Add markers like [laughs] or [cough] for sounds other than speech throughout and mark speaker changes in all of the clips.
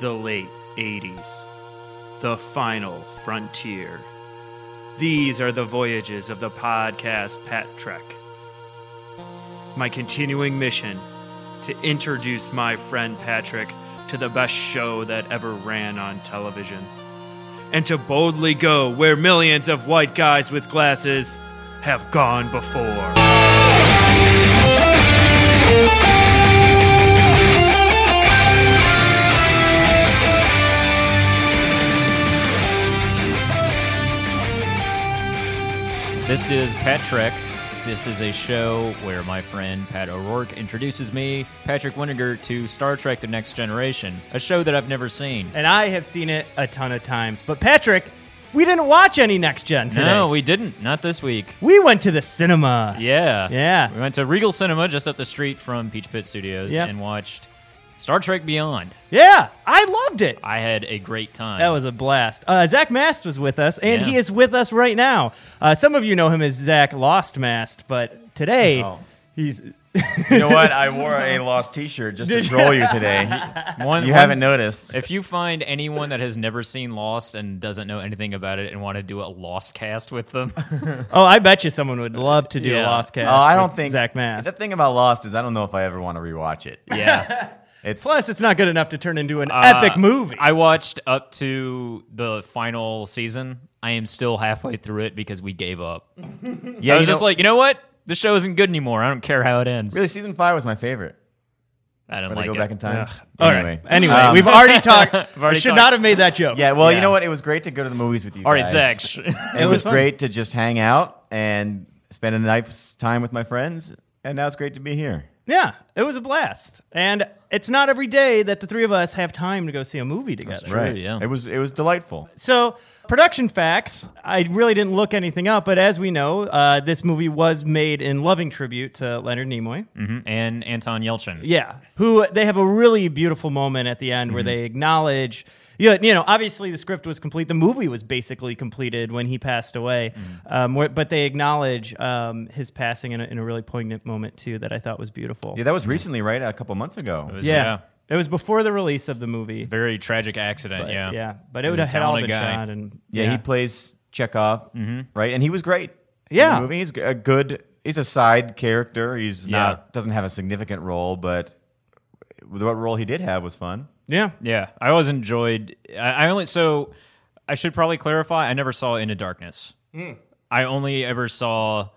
Speaker 1: the late 80s, the final frontier. These are the voyages of the podcast Pat Trek. My continuing mission to introduce my friend Patrick to the best show that ever ran on television, and to boldly go where millions of white guys with glasses have gone before.
Speaker 2: This is Pat Trek. This is a show where my friend Pat O'Rourke introduces me, Patrick Winnegar, to Star Trek The Next Generation, a show that I've never seen.
Speaker 3: and I have seen it a ton of times. But Patrick, we didn't watch any Next Gen today.
Speaker 2: No, we didn't. Not this week.
Speaker 3: we went to the cinema.
Speaker 2: Yeah.
Speaker 3: Yeah.
Speaker 2: We went to Regal Cinema just up the street from Peach Pit Studios
Speaker 3: Yep.
Speaker 2: and watched Star Trek Beyond.
Speaker 3: Yeah, I loved it.
Speaker 2: I had a great time.
Speaker 3: That was a blast. Uh, Zach Mast was with us, and
Speaker 2: Yeah.
Speaker 3: he is with us right now. Uh, some of you know him as Zach Lost Mast, but today
Speaker 4: Oh.
Speaker 3: he's
Speaker 4: You know
Speaker 2: [laughs]
Speaker 4: what? I wore a lost T-shirt just to troll you today.
Speaker 2: one,
Speaker 4: You
Speaker 2: one-
Speaker 4: haven't
Speaker 2: [laughs]
Speaker 4: noticed.
Speaker 2: If you find anyone that has never seen Lost and doesn't know anything about it and want to do a Lost cast with
Speaker 3: [laughs]
Speaker 2: them,
Speaker 3: oh, I bet you someone would love to do
Speaker 2: Yeah.
Speaker 3: a Lost Cast.
Speaker 4: Oh, I
Speaker 3: with
Speaker 4: don't think
Speaker 3: Zach Mast.
Speaker 4: The thing about Lost is I don't know if I ever want to rewatch it.
Speaker 2: yeah.
Speaker 4: It's
Speaker 3: Plus, it's not good enough to turn into an
Speaker 2: Uh,
Speaker 3: epic movie.
Speaker 2: I watched up to the final season. I am still halfway through it because we gave up. I
Speaker 4: yeah, you
Speaker 2: was just
Speaker 4: know-
Speaker 2: like, you know what? The show isn't good anymore. I don't care how it ends.
Speaker 4: really season five was my favorite.
Speaker 2: I don't
Speaker 4: Where
Speaker 2: like
Speaker 4: they go
Speaker 2: it.
Speaker 4: back in time.
Speaker 3: All right.
Speaker 4: Anyway,
Speaker 3: Anyway,
Speaker 4: Um,
Speaker 3: we've already talked. We
Speaker 2: already
Speaker 3: should
Speaker 2: talked.
Speaker 3: not have made that joke.
Speaker 4: yeah. Well,
Speaker 2: Yeah.
Speaker 4: you know what? It was great to go to the movies with you.
Speaker 2: All right,
Speaker 4: guys.
Speaker 2: Zach.
Speaker 4: It,
Speaker 3: was
Speaker 4: was,
Speaker 3: fun.
Speaker 4: great to just hang out and spend a nice time with my friends, and now it's great to be here.
Speaker 3: Yeah, it was a blast. And it's not every day that the three of us have time to go see a movie together.
Speaker 2: true.
Speaker 4: right?
Speaker 2: yeah.
Speaker 4: It was it was delightful.
Speaker 3: So, production facts I really didn't look anything up, but as we know, uh, this movie was made in loving tribute to Leonard Nimoy.
Speaker 2: Mhm. [laughs] And Anton Yelchin.
Speaker 3: Yeah, who they have a really beautiful moment at the end
Speaker 2: Mm-hmm.
Speaker 3: where they acknowledge. You know, you know, obviously the script was complete. The movie was basically completed when he passed away,
Speaker 2: Mm.
Speaker 3: um, where, but they acknowledge um, his passing in a, in a really poignant moment too that I thought was beautiful.
Speaker 4: Yeah, that was recently, right? A couple months ago.
Speaker 2: It was,
Speaker 3: Yeah.
Speaker 2: yeah.
Speaker 3: It was before the release of the movie.
Speaker 2: Very tragic accident.
Speaker 3: But,
Speaker 2: yeah.
Speaker 3: Yeah. But it
Speaker 2: He's
Speaker 3: would
Speaker 2: a
Speaker 3: have had all the
Speaker 2: talented guy.
Speaker 3: shot and
Speaker 4: Yeah, he plays Chekhov, right? And he was great.
Speaker 3: Mm-hmm.
Speaker 4: in
Speaker 3: Yeah.
Speaker 4: the movie. He's a good. He's a side character. He's
Speaker 2: Yeah.
Speaker 4: not doesn't have a significant role, but what role he did have was fun.
Speaker 3: yeah.
Speaker 2: Yeah. I always enjoyed. I, I only. So I should probably clarify I never saw Into Darkness. I only ever saw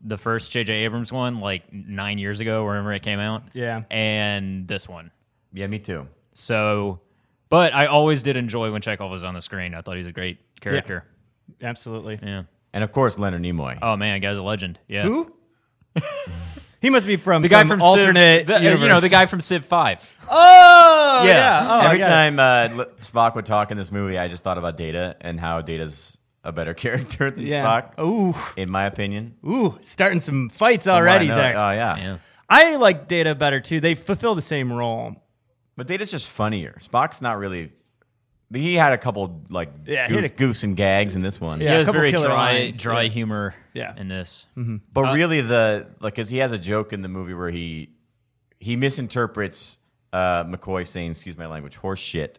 Speaker 2: the first J.J. Abrams one like nine years ago, whenever it came out.
Speaker 3: Yeah.
Speaker 2: And this one.
Speaker 4: Yeah, me too.
Speaker 2: So, but I always did enjoy when Chekhov was on the screen. I thought he was a great character.
Speaker 3: Absolutely.
Speaker 2: Yeah.
Speaker 4: And of course, Leonard Nimoy.
Speaker 2: Oh man, guy's a legend. Yeah.
Speaker 3: Who? he must be from
Speaker 2: The guy from
Speaker 3: alternate
Speaker 2: Civ, the- uh,
Speaker 3: universe.
Speaker 2: you know, the guy from Civ Five.
Speaker 3: Oh yeah. Oh, I
Speaker 4: Every
Speaker 3: got it.
Speaker 4: time uh, L- Spock would talk in this movie, I just thought about Data and how Data's a better [laughs] character than
Speaker 3: Yeah. Oh.
Speaker 4: Spock,
Speaker 3: Ooh.
Speaker 4: in my opinion.
Speaker 3: Ooh. Starting some fights
Speaker 4: From what I
Speaker 3: already,
Speaker 4: know-
Speaker 3: Zach.
Speaker 4: Oh yeah.
Speaker 2: Yeah.
Speaker 3: I like Data better too. They fulfill the same role.
Speaker 4: but Data's just funnier. Spock's not really. He had a couple like
Speaker 3: Yeah, he
Speaker 4: goose,
Speaker 3: had a-
Speaker 4: goose and gags in this one.
Speaker 3: Yeah,
Speaker 2: he
Speaker 3: a
Speaker 2: has
Speaker 3: couple
Speaker 2: very
Speaker 3: killer
Speaker 2: dry,
Speaker 3: lines.
Speaker 2: dry
Speaker 3: Yeah.
Speaker 2: humor.
Speaker 3: Yeah.
Speaker 2: In this,
Speaker 4: But
Speaker 2: Uh,
Speaker 4: really, the like, because he has a joke in the movie where he he misinterprets uh, McCoy saying, "Excuse my language, horse shit."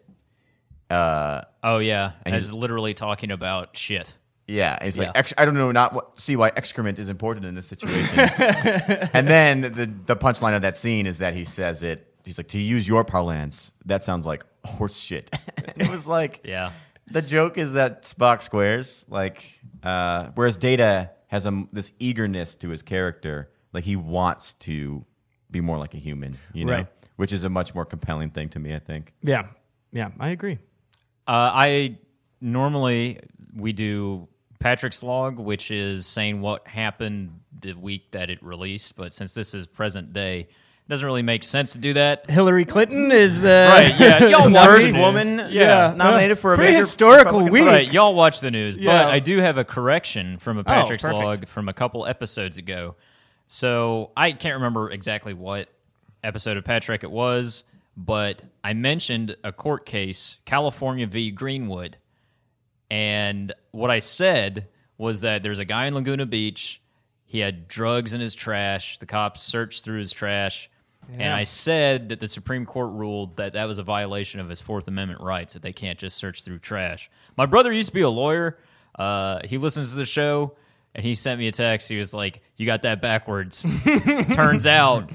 Speaker 4: Uh,
Speaker 2: oh yeah, and he's
Speaker 4: he's-
Speaker 2: literally talking about shit.
Speaker 4: yeah, and he's
Speaker 2: Yeah.
Speaker 4: like, Ex- "I don't know, not what, see why excrement is important in
Speaker 2: [laughs]
Speaker 4: this situation." and then the the punchline of that scene is that he says it. He's like, "To use your parlance, that sounds like horse shit." [laughs] and it was like,
Speaker 2: Yeah.
Speaker 4: the joke is that Spock squares, like, uh, whereas Data has a, this eagerness to his character, like he wants to be more like a human, you know,
Speaker 3: Right.
Speaker 4: which is a much more compelling thing to me, I think.
Speaker 3: Yeah. Yeah. I agree.
Speaker 2: Uh, I normally we do Patrick's log, which is saying what happened the week that it released. But since this is present day, it doesn't really make sense to do
Speaker 3: [laughs]
Speaker 2: that.
Speaker 3: Hillary Clinton is the
Speaker 2: Right,
Speaker 3: [laughs]
Speaker 2: yeah, y'all watch
Speaker 3: first
Speaker 2: the news.
Speaker 4: woman,
Speaker 3: Yeah.
Speaker 4: yeah, nominated for a
Speaker 3: Pretty
Speaker 4: major
Speaker 3: historical
Speaker 4: Republican
Speaker 3: week.
Speaker 2: Right, y'all watch the news,
Speaker 3: Yeah. Oh,
Speaker 2: but I do have a correction from a Patrick's
Speaker 3: perfect.
Speaker 2: log from a couple episodes ago. So I can't remember exactly what episode of Patrick it was, but I mentioned a court case, California v. Greenwood, and what I said was that there's a guy in Laguna Beach. He had drugs in his trash. The cops searched through his trash. And I said that the Supreme Court ruled that that was a violation of his Fourth Amendment rights, that they can't just search through trash. My brother used to be a lawyer. Uh, he listens to the show, and he sent me a text. He was like, You got that backwards. Turns out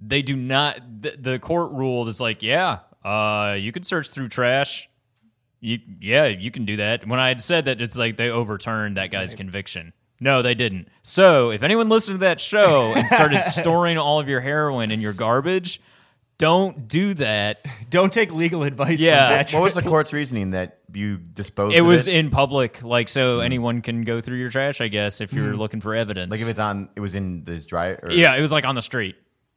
Speaker 2: they do not, th- the court ruled, it's like, Yeah, uh, you can search through trash. You, yeah, you can do that. When I had said that, it's like they overturned that guy's conviction. No, they didn't. So if anyone listened to that show and
Speaker 4: [laughs]
Speaker 2: started storing all of your heroin in your garbage, don't do that.
Speaker 3: Don't take legal advice.
Speaker 2: Yeah.
Speaker 3: From Patrick.
Speaker 4: What was the court's reasoning that you disposed?
Speaker 2: It
Speaker 4: of
Speaker 2: was
Speaker 4: it? Mm-hmm.
Speaker 2: in public, like so anyone can go through your trash, I guess, if you're looking for evidence.
Speaker 4: like if it's on. It was in this dry. Or,
Speaker 2: yeah, it was like on the street.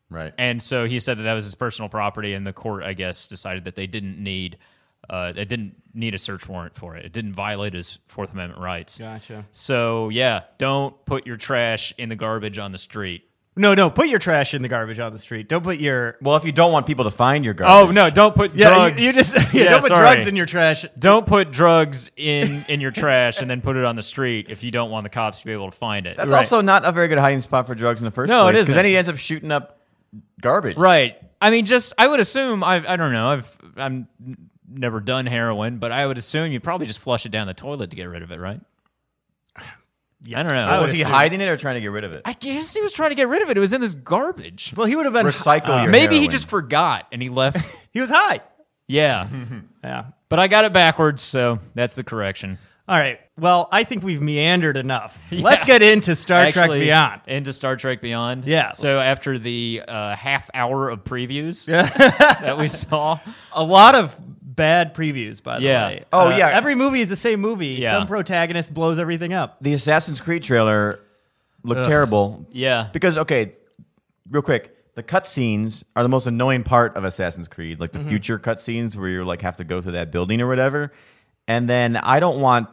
Speaker 4: right.
Speaker 2: And so he said that that was his personal property, and the court, I guess, decided that they didn't need, uh, it didn't need a search warrant for it. It didn't violate his Fourth Amendment rights.
Speaker 3: [laughs] Gotcha.
Speaker 2: So yeah, don't put your trash in the garbage on the street.
Speaker 3: No, no. Put your trash in the garbage on the street. Don't put your.
Speaker 4: well, if you don't want people to find your garbage,
Speaker 2: Oh no, don't put
Speaker 3: Yeah,
Speaker 2: drugs.
Speaker 3: [laughs] You, you just yeah,
Speaker 2: Yeah,
Speaker 3: don't put
Speaker 2: sorry.
Speaker 3: drugs in your trash.
Speaker 2: Don't put drugs in in your trash and then put it on the street if you don't want the cops to be able to find it.
Speaker 4: that's
Speaker 3: right.
Speaker 4: also not a very good hiding spot for drugs in the first
Speaker 2: No, it
Speaker 4: place. Because
Speaker 2: isn't.
Speaker 4: then he ends up shooting up garbage.
Speaker 2: Right. I mean, just I would assume I I don't know I've I'm n- never done heroin, but I would assume you probably just flush it down the toilet to get rid of it, right? I don't know.
Speaker 3: I would
Speaker 4: Was he
Speaker 3: assume.
Speaker 4: hiding it or trying to get rid of it?
Speaker 2: I guess he was trying to get rid of it. It was in this garbage.
Speaker 3: Well, he would have been.
Speaker 4: Recycle your.
Speaker 2: Uh, Maybe he
Speaker 4: heroin.
Speaker 2: just forgot and he
Speaker 3: [laughs]
Speaker 2: left.
Speaker 3: He was high. Hmm.
Speaker 2: yeah,
Speaker 3: Yeah.
Speaker 2: but I got it backwards, so that's the correction.
Speaker 3: All right. Well, I think we've
Speaker 2: [laughs]
Speaker 3: meandered enough. Let's get into Star Trek
Speaker 2: Actually,
Speaker 3: Beyond.
Speaker 2: Into Star Trek Beyond.
Speaker 3: Yeah.
Speaker 2: So after the uh, half hour of previews [laughs] that we saw,
Speaker 3: A lot of bad previews, by the
Speaker 2: Yeah.
Speaker 3: way. Uh,
Speaker 4: Oh, yeah.
Speaker 3: Every movie is the same movie.
Speaker 2: Yeah.
Speaker 3: Some protagonist blows everything up.
Speaker 4: the Assassin's Creed trailer looked terrible.
Speaker 3: [laughs]
Speaker 2: yeah,
Speaker 4: Because okay, real quick, the cutscenes are the most annoying part of Assassin's Creed, like the
Speaker 3: Mm-hmm.
Speaker 4: future cutscenes where you're like have to go through that building or whatever. And then I don't want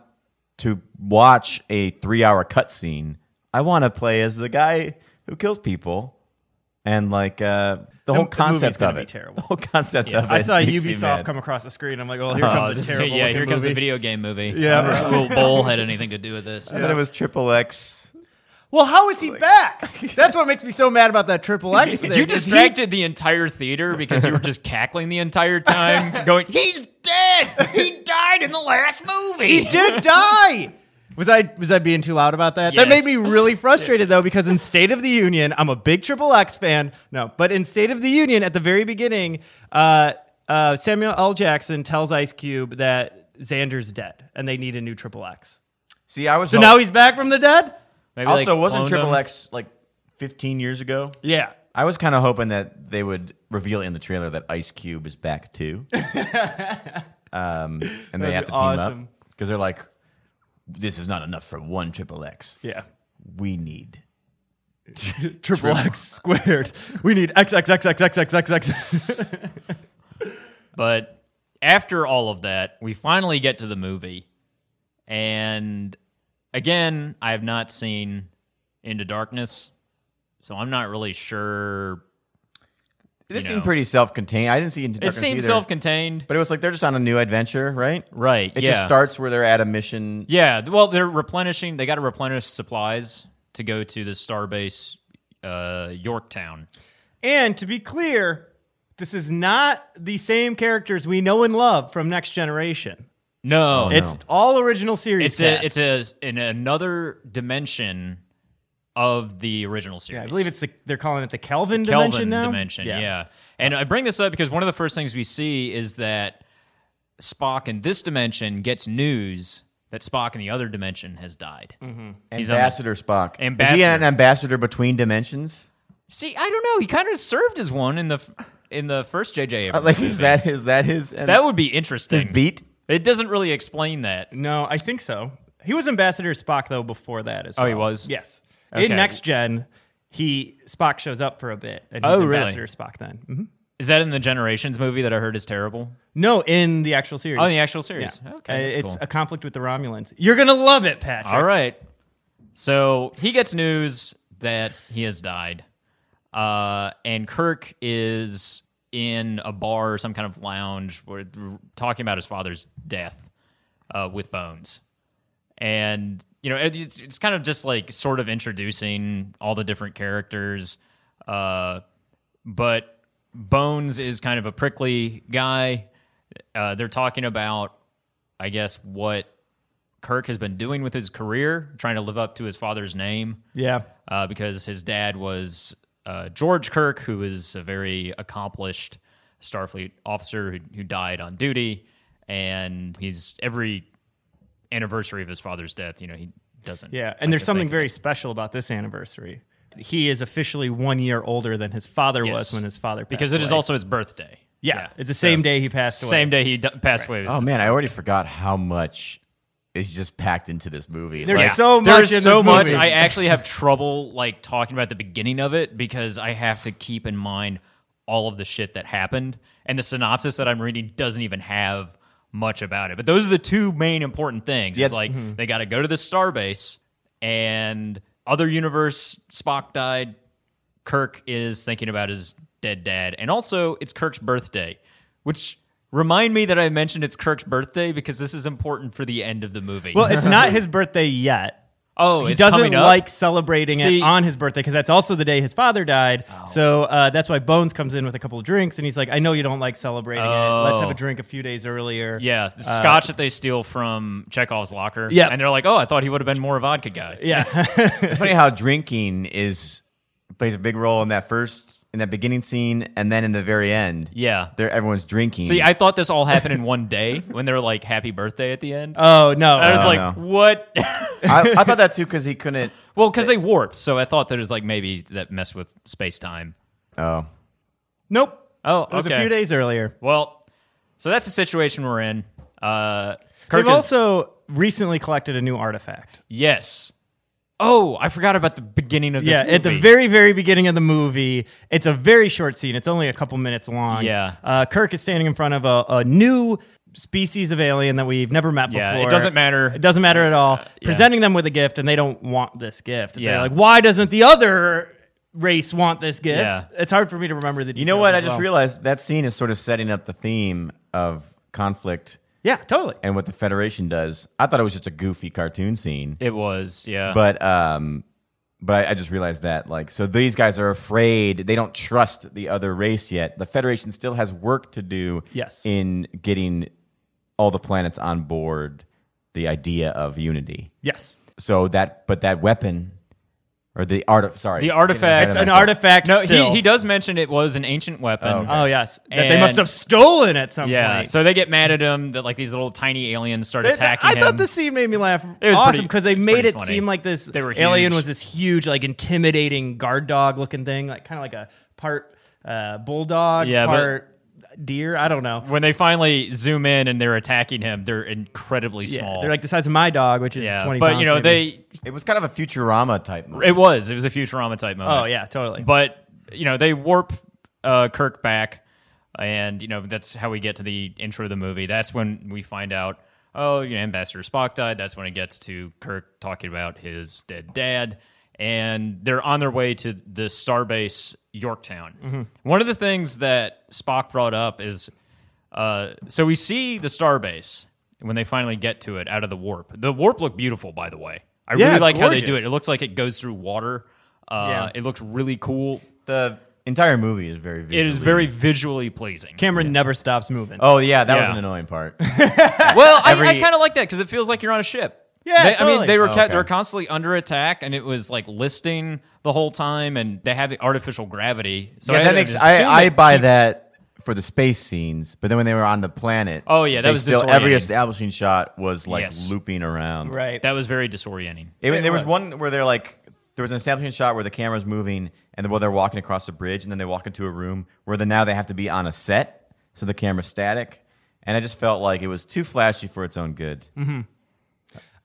Speaker 4: to watch a three-hour cutscene. I want to play as the guy who kills people, and like uh, the, whole
Speaker 3: movie's
Speaker 4: concept
Speaker 3: gonna
Speaker 4: of
Speaker 3: be
Speaker 4: it.
Speaker 3: terrible.
Speaker 4: The whole concept of it.
Speaker 3: I saw
Speaker 4: makes me
Speaker 3: Ubisoft
Speaker 4: mad.
Speaker 3: come across the screen. I'm like, well, here
Speaker 2: Oh,
Speaker 3: comes
Speaker 2: this
Speaker 3: a
Speaker 2: is-
Speaker 3: terrible
Speaker 2: yeah,
Speaker 3: looking
Speaker 2: here comes the
Speaker 3: movie.
Speaker 2: video game movie.
Speaker 3: Yeah.
Speaker 2: I don't know
Speaker 3: [laughs]
Speaker 2: if Will Bowl had anything to do with this.
Speaker 4: And then it was Triple X.
Speaker 3: Well, how is he back? That's what makes me so mad about that Triple X thing.
Speaker 2: [laughs] You distracted the entire theater because you were just cackling the entire
Speaker 3: [laughs]
Speaker 2: time, going, "He's dead! He died in the last movie."
Speaker 3: He did die. Was I was I being too loud about that? That made
Speaker 2: Yes.
Speaker 3: me really frustrated though, because in State of the Union, I'm a big Triple X fan. No, but in State of the Union, at the very beginning, uh, uh, Samuel L. Jackson tells Ice Cube that Xander's dead and they need a new Triple X.
Speaker 4: See, I was
Speaker 3: So now he's back from the dead.
Speaker 2: Maybe, like,
Speaker 4: also wasn't
Speaker 2: cloned
Speaker 4: Triple
Speaker 2: him.
Speaker 4: X like 15 years ago?
Speaker 3: Yeah.
Speaker 4: I was kind of hoping that they would reveal in the trailer that Ice Cube is back [laughs] too, um, and they have
Speaker 3: That'd be
Speaker 4: to team
Speaker 3: awesome.
Speaker 4: up because they're like, "This is not enough for one Triple X.
Speaker 3: Yeah. [laughs]
Speaker 4: We need."
Speaker 3: Triple X squared. We need XXXXXXXX.
Speaker 2: But after all of that, we finally get to the movie, and again, I have not seen Into Darkness, so I'm not really sure.
Speaker 4: This
Speaker 2: You
Speaker 4: seemed
Speaker 2: know.
Speaker 4: pretty self-contained. I didn't see Into
Speaker 2: It
Speaker 4: Darkness
Speaker 2: seems
Speaker 4: either,
Speaker 2: self-contained,
Speaker 4: but it was like they're just on a new adventure, right?
Speaker 2: right?
Speaker 4: It
Speaker 2: yeah.
Speaker 4: just starts where they're at a mission.
Speaker 2: Yeah, th- well, they're replenishing. They got to replenish supplies to go to the starbase, uh, Yorktown.
Speaker 3: [laughs] And to be clear, this is not the same characters we know and love from Next Generation.
Speaker 2: Oh, No,
Speaker 3: It's all original series.
Speaker 2: it's a,
Speaker 3: cast.
Speaker 2: it's a in another dimension of the original series.
Speaker 3: Yeah, I believe it's the they're calling it the Kelvin,
Speaker 2: Kelvin
Speaker 3: dimension now.
Speaker 2: yeah. And I bring this up because one of the first things we see is that Spock in this dimension gets news that Spock in the other dimension has died.
Speaker 4: Mm-hmm.
Speaker 2: He's on the-
Speaker 4: Ambassador Spock. Is he
Speaker 2: Ambassador.
Speaker 4: an ambassador between dimensions? [laughs]
Speaker 2: See, I don't know. He kind of served as one in the f- in the first JJ. Abrams
Speaker 4: Uh, Like
Speaker 2: movie.
Speaker 4: is that his? That his?
Speaker 2: That would be interesting.
Speaker 4: his beat.
Speaker 2: It doesn't really explain that.
Speaker 3: No, I think so. He was Ambassador Spock though before that as
Speaker 2: Oh,
Speaker 3: well.
Speaker 2: he was?
Speaker 3: Yes. In
Speaker 2: Okay.
Speaker 3: Next Gen, he Spock shows up for a bit, and he's
Speaker 2: Oh, really?
Speaker 3: Ambassador Spock then. hmm
Speaker 2: Is that in the Generations movie that I heard is terrible?
Speaker 3: No, in the actual series.
Speaker 2: Oh, in the actual series. Okay,
Speaker 3: Uh,
Speaker 2: that's
Speaker 3: it's
Speaker 2: cool.
Speaker 3: a conflict with the Romulans. You're gonna love it, Patrick.
Speaker 2: All right. So he gets news that he has died, uh, and Kirk is in a bar or some kind of lounge where they're talking about his father's death uh, with Bones, and you know it- it's it's kind of just like sort of introducing all the different characters. Uh, but Bones is kind of a prickly guy. Uh, they're talking about, I guess, what Kirk has been doing with his career, trying to live up to his father's name,
Speaker 3: Yeah.
Speaker 2: uh, because his dad was uh, George Kirk, who is a very accomplished Starfleet officer who, who died on duty, and he's every anniversary of his father's death. You know, he doesn't.
Speaker 3: Yeah.
Speaker 2: like
Speaker 3: And there's
Speaker 2: to
Speaker 3: something
Speaker 2: think
Speaker 3: very special about this anniversary. He is officially one year older than his father
Speaker 2: Yes.
Speaker 3: was when his father passed
Speaker 2: because it is
Speaker 3: away.
Speaker 2: also his birthday.
Speaker 3: Yeah. It's the same day he passed away.
Speaker 2: Same day he d- passed away.
Speaker 4: Oh man, I already forgot how much is just packed into this movie.
Speaker 3: There's
Speaker 4: Like,
Speaker 3: so much
Speaker 2: There's
Speaker 3: in
Speaker 2: so
Speaker 3: this
Speaker 2: much.
Speaker 3: movie.
Speaker 2: I actually have trouble like talking about the beginning of it because I have to keep in mind all of the shit that happened, and the synopsis that I'm reading doesn't even have much about it. But those are the two main important things. It's
Speaker 4: Yeah.
Speaker 2: like
Speaker 3: Mm-hmm.
Speaker 2: they got to go to the starbase and other universe. Spock died. Kirk is thinking about his dead dad, and also it's Kirk's birthday, which. Remind me that I mentioned it's Kirk's birthday because this is important for the end of the movie.
Speaker 3: Well, it's
Speaker 2: [laughs]
Speaker 3: not his birthday yet.
Speaker 2: oh,
Speaker 3: He
Speaker 2: it's
Speaker 3: doesn't
Speaker 2: coming up?
Speaker 3: like celebrating
Speaker 2: See- Oh.
Speaker 3: it on his birthday because that's also the day his father died. So uh, that's why Bones comes in with a couple of drinks and he's like, "I know you don't like celebrating it. Let's have
Speaker 2: Oh.
Speaker 3: a drink a few days earlier."
Speaker 2: Yeah, the scotch that they steal from Chekhov's locker.
Speaker 3: Uh, Yeah.
Speaker 2: and they're like, "Oh, I thought he would have been more a vodka guy." [laughs]
Speaker 3: yeah. [laughs]
Speaker 4: it's funny how drinking is plays a big role in that first in that beginning scene, and then in the very end.
Speaker 2: Yeah.
Speaker 4: there everyone's drinking.
Speaker 2: See, I thought this all happened in one day when they're like, "Happy birthday" at the end.
Speaker 3: oh no,
Speaker 2: I was
Speaker 4: Oh,
Speaker 2: like,
Speaker 4: no.
Speaker 2: "What?" [laughs]
Speaker 4: I, I thought that too because he couldn't.
Speaker 2: well, because they warped, so I thought that it was like maybe that messed with space time.
Speaker 4: Oh,
Speaker 3: nope.
Speaker 2: Oh,
Speaker 3: It was
Speaker 2: okay.
Speaker 3: a few days earlier.
Speaker 2: Well, so that's the situation we're in. Uh, Kirk
Speaker 3: They've
Speaker 2: is,
Speaker 3: also recently collected a new artifact.
Speaker 2: yes. Oh, I forgot about the beginning of this.
Speaker 3: yeah, at the
Speaker 2: movie.
Speaker 3: very, very beginning of the movie, it's a very short scene. It's only a couple minutes long.
Speaker 2: Yeah.
Speaker 3: uh, Kirk is standing in front of a, a new species of alien that we've never met
Speaker 2: Yeah, it
Speaker 3: before.
Speaker 2: doesn't matter.
Speaker 3: It doesn't matter at all.
Speaker 2: yeah.
Speaker 3: Presenting them with a gift, and they don't want this gift.
Speaker 2: Yeah.
Speaker 3: They're like, why doesn't the other race want this gift?
Speaker 2: Yeah.
Speaker 3: It's hard for me to remember the.
Speaker 4: you know what? I
Speaker 3: details as
Speaker 4: just
Speaker 3: well.
Speaker 4: realized that scene is sort of setting up the theme of conflict
Speaker 3: Yeah, totally.
Speaker 4: and what the Federation does. I thought it was just a goofy cartoon scene,
Speaker 2: it was yeah.
Speaker 4: [laughs] but um, but I, I just realized that like so these guys are afraid they don't trust the other race yet. The Federation still has work to do.
Speaker 3: Yes.
Speaker 4: in getting all the planets on board the idea of unity.
Speaker 3: Yes.
Speaker 4: So that but that weapon or the art sorry
Speaker 2: The artifact-
Speaker 3: It's an
Speaker 4: myself.
Speaker 3: artifact.
Speaker 2: no,
Speaker 3: still.
Speaker 2: he he does mention it was an ancient weapon.
Speaker 3: Oh yes, that they
Speaker 2: And-
Speaker 3: must have stolen at some
Speaker 2: Yeah,
Speaker 3: point.
Speaker 2: so they get mad at him that like these little tiny aliens start
Speaker 3: They-
Speaker 2: attacking
Speaker 3: I
Speaker 2: him.
Speaker 3: thought the scene made me laugh.
Speaker 2: It was
Speaker 3: awesome
Speaker 2: pretty-
Speaker 3: because they
Speaker 2: it was
Speaker 3: made
Speaker 2: pretty
Speaker 3: it
Speaker 2: funny.
Speaker 3: seem like this
Speaker 2: They were
Speaker 3: alien
Speaker 2: huge.
Speaker 3: was this huge, like intimidating guard dog looking thing, like kind of like a part uh, bulldog,
Speaker 2: Yeah, but-
Speaker 3: part deer. I don't know.
Speaker 2: when they finally zoom in and they're attacking him, they're incredibly
Speaker 3: Yeah,
Speaker 2: small.
Speaker 3: they're like the size of my dog, which is
Speaker 2: yeah,
Speaker 3: twenty.
Speaker 2: but
Speaker 3: pounds,
Speaker 2: you know
Speaker 3: maybe.
Speaker 4: It was kind of a Futurama type movie.
Speaker 2: they it was it was a Futurama type moment.
Speaker 3: Oh yeah, totally.
Speaker 2: but you know they warp uh, Kirk back, and you know that's how we get to the intro of the movie. That's when we find out. Oh, you know, Ambassador Spock died. That's when it gets to Kirk talking about his dead dad, and they're on their way to the starbase Yorktown. One of the things that Spock brought up is, uh, so we see the starbase when they finally get to it out of the warp. The warp looked beautiful, by the way. I
Speaker 3: Yeah,
Speaker 2: really like how they do
Speaker 3: gorgeous.
Speaker 2: it. It looks like it goes through water. Uh,
Speaker 3: Yeah.
Speaker 2: It looks really cool.
Speaker 4: the entire movie is very. Visually.
Speaker 2: It is very visually pleasing. [laughs]
Speaker 3: Cameron never stops moving.
Speaker 4: Oh yeah, that was
Speaker 2: Yeah.
Speaker 4: an annoying part.
Speaker 2: well, I, I kind of like that because it feels like you're on a ship.
Speaker 3: Yeah,
Speaker 2: They- I mean
Speaker 3: totally.
Speaker 2: they were
Speaker 4: Oh,
Speaker 2: ca-
Speaker 4: okay.
Speaker 2: they were constantly under attack, and it was like listing the whole time, and they have artificial gravity. So
Speaker 4: yeah,
Speaker 2: I
Speaker 4: that
Speaker 2: had to
Speaker 4: makes.
Speaker 2: assume
Speaker 4: I, I
Speaker 2: it
Speaker 4: buy
Speaker 2: keeps-
Speaker 4: that for the space scenes, but then when they were on the planet,
Speaker 2: Oh, yeah, that
Speaker 4: they
Speaker 2: was
Speaker 4: still every
Speaker 2: disorienting.
Speaker 4: establishing shot was like
Speaker 2: Yes.
Speaker 4: looping around.
Speaker 3: right.
Speaker 2: That was very disorienting.
Speaker 4: It,
Speaker 3: It
Speaker 4: there was.
Speaker 3: was.
Speaker 4: one where they're like, there was an establishing shot where the camera's moving, and while they're walking across the bridge, and then they walk into a room where then now they have to be on a set, so the camera's static, and I just felt like it was too flashy for its own good.
Speaker 2: Mm-hmm.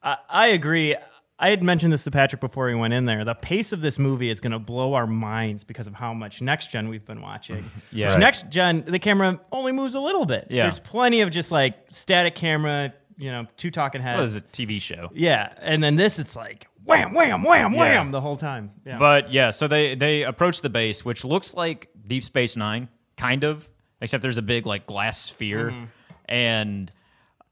Speaker 3: I, I agree. I had mentioned this to Patrick before he went in there. The pace of this movie is going to blow our minds because of how much next gen we've been watching.
Speaker 2: [laughs] Yeah.
Speaker 3: Which
Speaker 2: Right.
Speaker 3: next gen, the camera only moves a little bit.
Speaker 2: Yeah.
Speaker 3: There's plenty of just like static camera, you know, two talking
Speaker 2: That was
Speaker 3: heads.
Speaker 2: a TV show.
Speaker 3: yeah. And then this, it's like wham, wham, wham,
Speaker 2: Yeah.
Speaker 3: wham the whole time. Yeah.
Speaker 2: But yeah, so they they approach the base, which looks like Deep Space Nine, kind of, except there's a big like glass sphere, and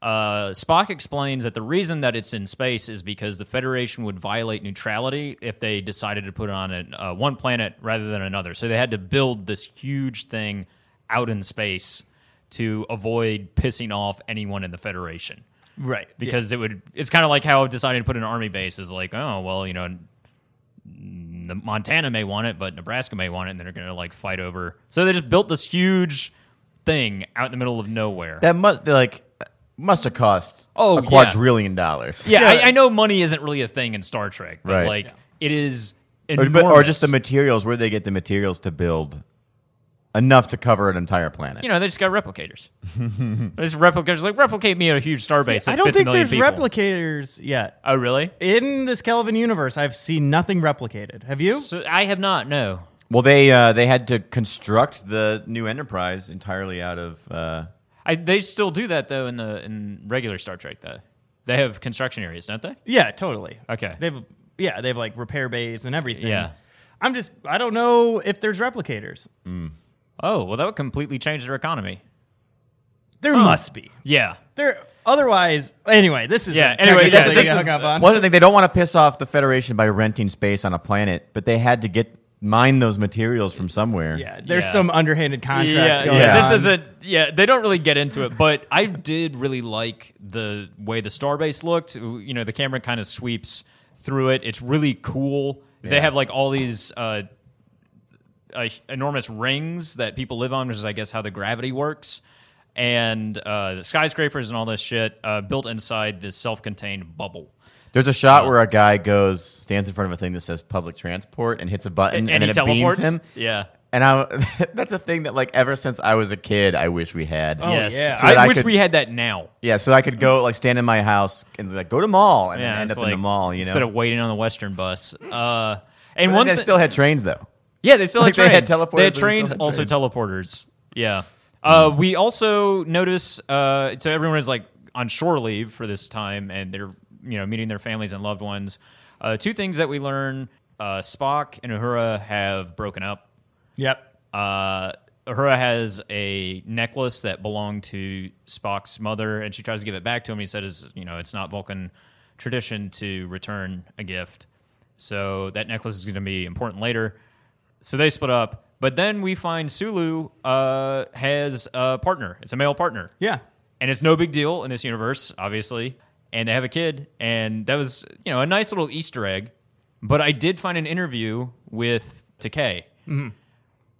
Speaker 2: Uh, Spock explains that the reason that it's in space is because the Federation would violate neutrality if they decided to put it on an, uh, one planet rather than another. So they had to build this huge thing out in space to avoid pissing off anyone in the Federation
Speaker 3: Right.
Speaker 2: because it would. It's kind of like how deciding to put an army base is like, oh well, you know, the Montana may want it, but Nebraska may want it, and they're going to like fight over. So they just built this huge thing out in the middle of nowhere.
Speaker 4: That must like must have cost
Speaker 2: Oh,
Speaker 4: a
Speaker 2: yeah.
Speaker 4: quadrillion dollars.
Speaker 2: yeah,
Speaker 3: Yeah.
Speaker 2: I, I know money isn't really a thing in Star Trek, but
Speaker 4: Right.
Speaker 2: like it is
Speaker 4: Or,
Speaker 2: enormous.
Speaker 4: but- or just the materials where they get the materials to build enough to cover an entire planet.
Speaker 2: you know they just got
Speaker 4: [laughs]
Speaker 2: replicators. There's replicators like replicate me at a huge starbase. that
Speaker 3: I don't
Speaker 2: fits a
Speaker 3: think
Speaker 2: million
Speaker 3: there's
Speaker 2: people.
Speaker 3: replicators yet.
Speaker 2: Oh really?
Speaker 3: In this Kelvin universe, I've seen nothing replicated. Have you?
Speaker 2: So, I have not. No.
Speaker 4: well, they uh, they had to construct the new Enterprise entirely out of. Uh,
Speaker 2: I, they still do that though in the in regular Star Trek though. They have construction areas, don't they?
Speaker 3: Yeah, totally.
Speaker 2: Okay.
Speaker 3: They've yeah, they've like repair bays and everything.
Speaker 2: Yeah.
Speaker 3: I'm just I don't know if there's replicators.
Speaker 2: Oh well, that would completely change their economy.
Speaker 3: There must be.
Speaker 2: Yeah.
Speaker 3: There otherwise anyway, this is
Speaker 2: Yeah,
Speaker 3: a
Speaker 2: anyway,
Speaker 3: technical
Speaker 2: yeah,
Speaker 3: thing
Speaker 2: this
Speaker 3: I
Speaker 2: is-
Speaker 3: hung up on.
Speaker 4: well, the thing they don't want to piss off the Federation by renting space on a planet, but they had to get mine those materials from somewhere.
Speaker 3: yeah, there's
Speaker 2: Yeah.
Speaker 3: some underhanded contracts
Speaker 2: yeah,
Speaker 3: going
Speaker 2: yeah.
Speaker 3: on.
Speaker 2: This isn't. Yeah, they don't really get into it, but I did really like the way the starbase looked. You know, the camera kind of sweeps through it. It's really cool. They
Speaker 4: Yeah.
Speaker 2: have like all these uh, uh, enormous rings that people live on, which is, I guess, how the gravity works. And uh, the skyscrapers and all this shit uh, built inside this self-contained bubble.
Speaker 4: There's a shot where a guy goes stands in front of a thing that says public transport and hits a button and,
Speaker 2: and he
Speaker 4: then it
Speaker 2: teleports.
Speaker 4: beams him.
Speaker 2: Yeah.
Speaker 4: And I, [laughs] that's a thing that like ever since I was a kid, I wish we had.
Speaker 3: Oh,
Speaker 2: yes.
Speaker 3: yeah.
Speaker 2: So
Speaker 4: that
Speaker 2: I,
Speaker 4: I
Speaker 2: wish
Speaker 4: could-
Speaker 2: we had that now.
Speaker 4: Yeah, so I could go like stand in my house and like go to mall and then
Speaker 2: Yeah,
Speaker 4: end
Speaker 2: it's
Speaker 4: up in the
Speaker 2: like,
Speaker 4: mall. You know,
Speaker 2: instead of waiting on the Western bus. Uh, and
Speaker 4: and
Speaker 2: one
Speaker 4: one they
Speaker 2: thi-
Speaker 4: still had trains though.
Speaker 2: yeah, they still
Speaker 4: like,
Speaker 2: had
Speaker 4: [laughs] they had
Speaker 2: trains.
Speaker 4: teleporters,
Speaker 2: They had
Speaker 4: but they still
Speaker 2: trains,
Speaker 4: had
Speaker 2: also
Speaker 4: trains. Hmm.
Speaker 2: teleporters. Yeah. Uh, we also notice. Uh, so everyone is like on shore leave for this time, and they're you know meeting their families and loved ones. Uh, two things that we learn: uh, Spock and Uhura have broken up.
Speaker 3: Yep.
Speaker 2: Uh, Uhura has a necklace that belonged to Spock's mother, and she tries to give it back to him. He says, "You know, it's not Vulcan tradition to return a gift, so that necklace is going to be important later." So they split up, but then we find Sulu uh, has a partner. It's a male partner
Speaker 3: Yeah.
Speaker 2: and it's no big deal in this universe, obviously. And they have a kid, and that was you know a nice little Easter egg. But I did find an interview with Takei,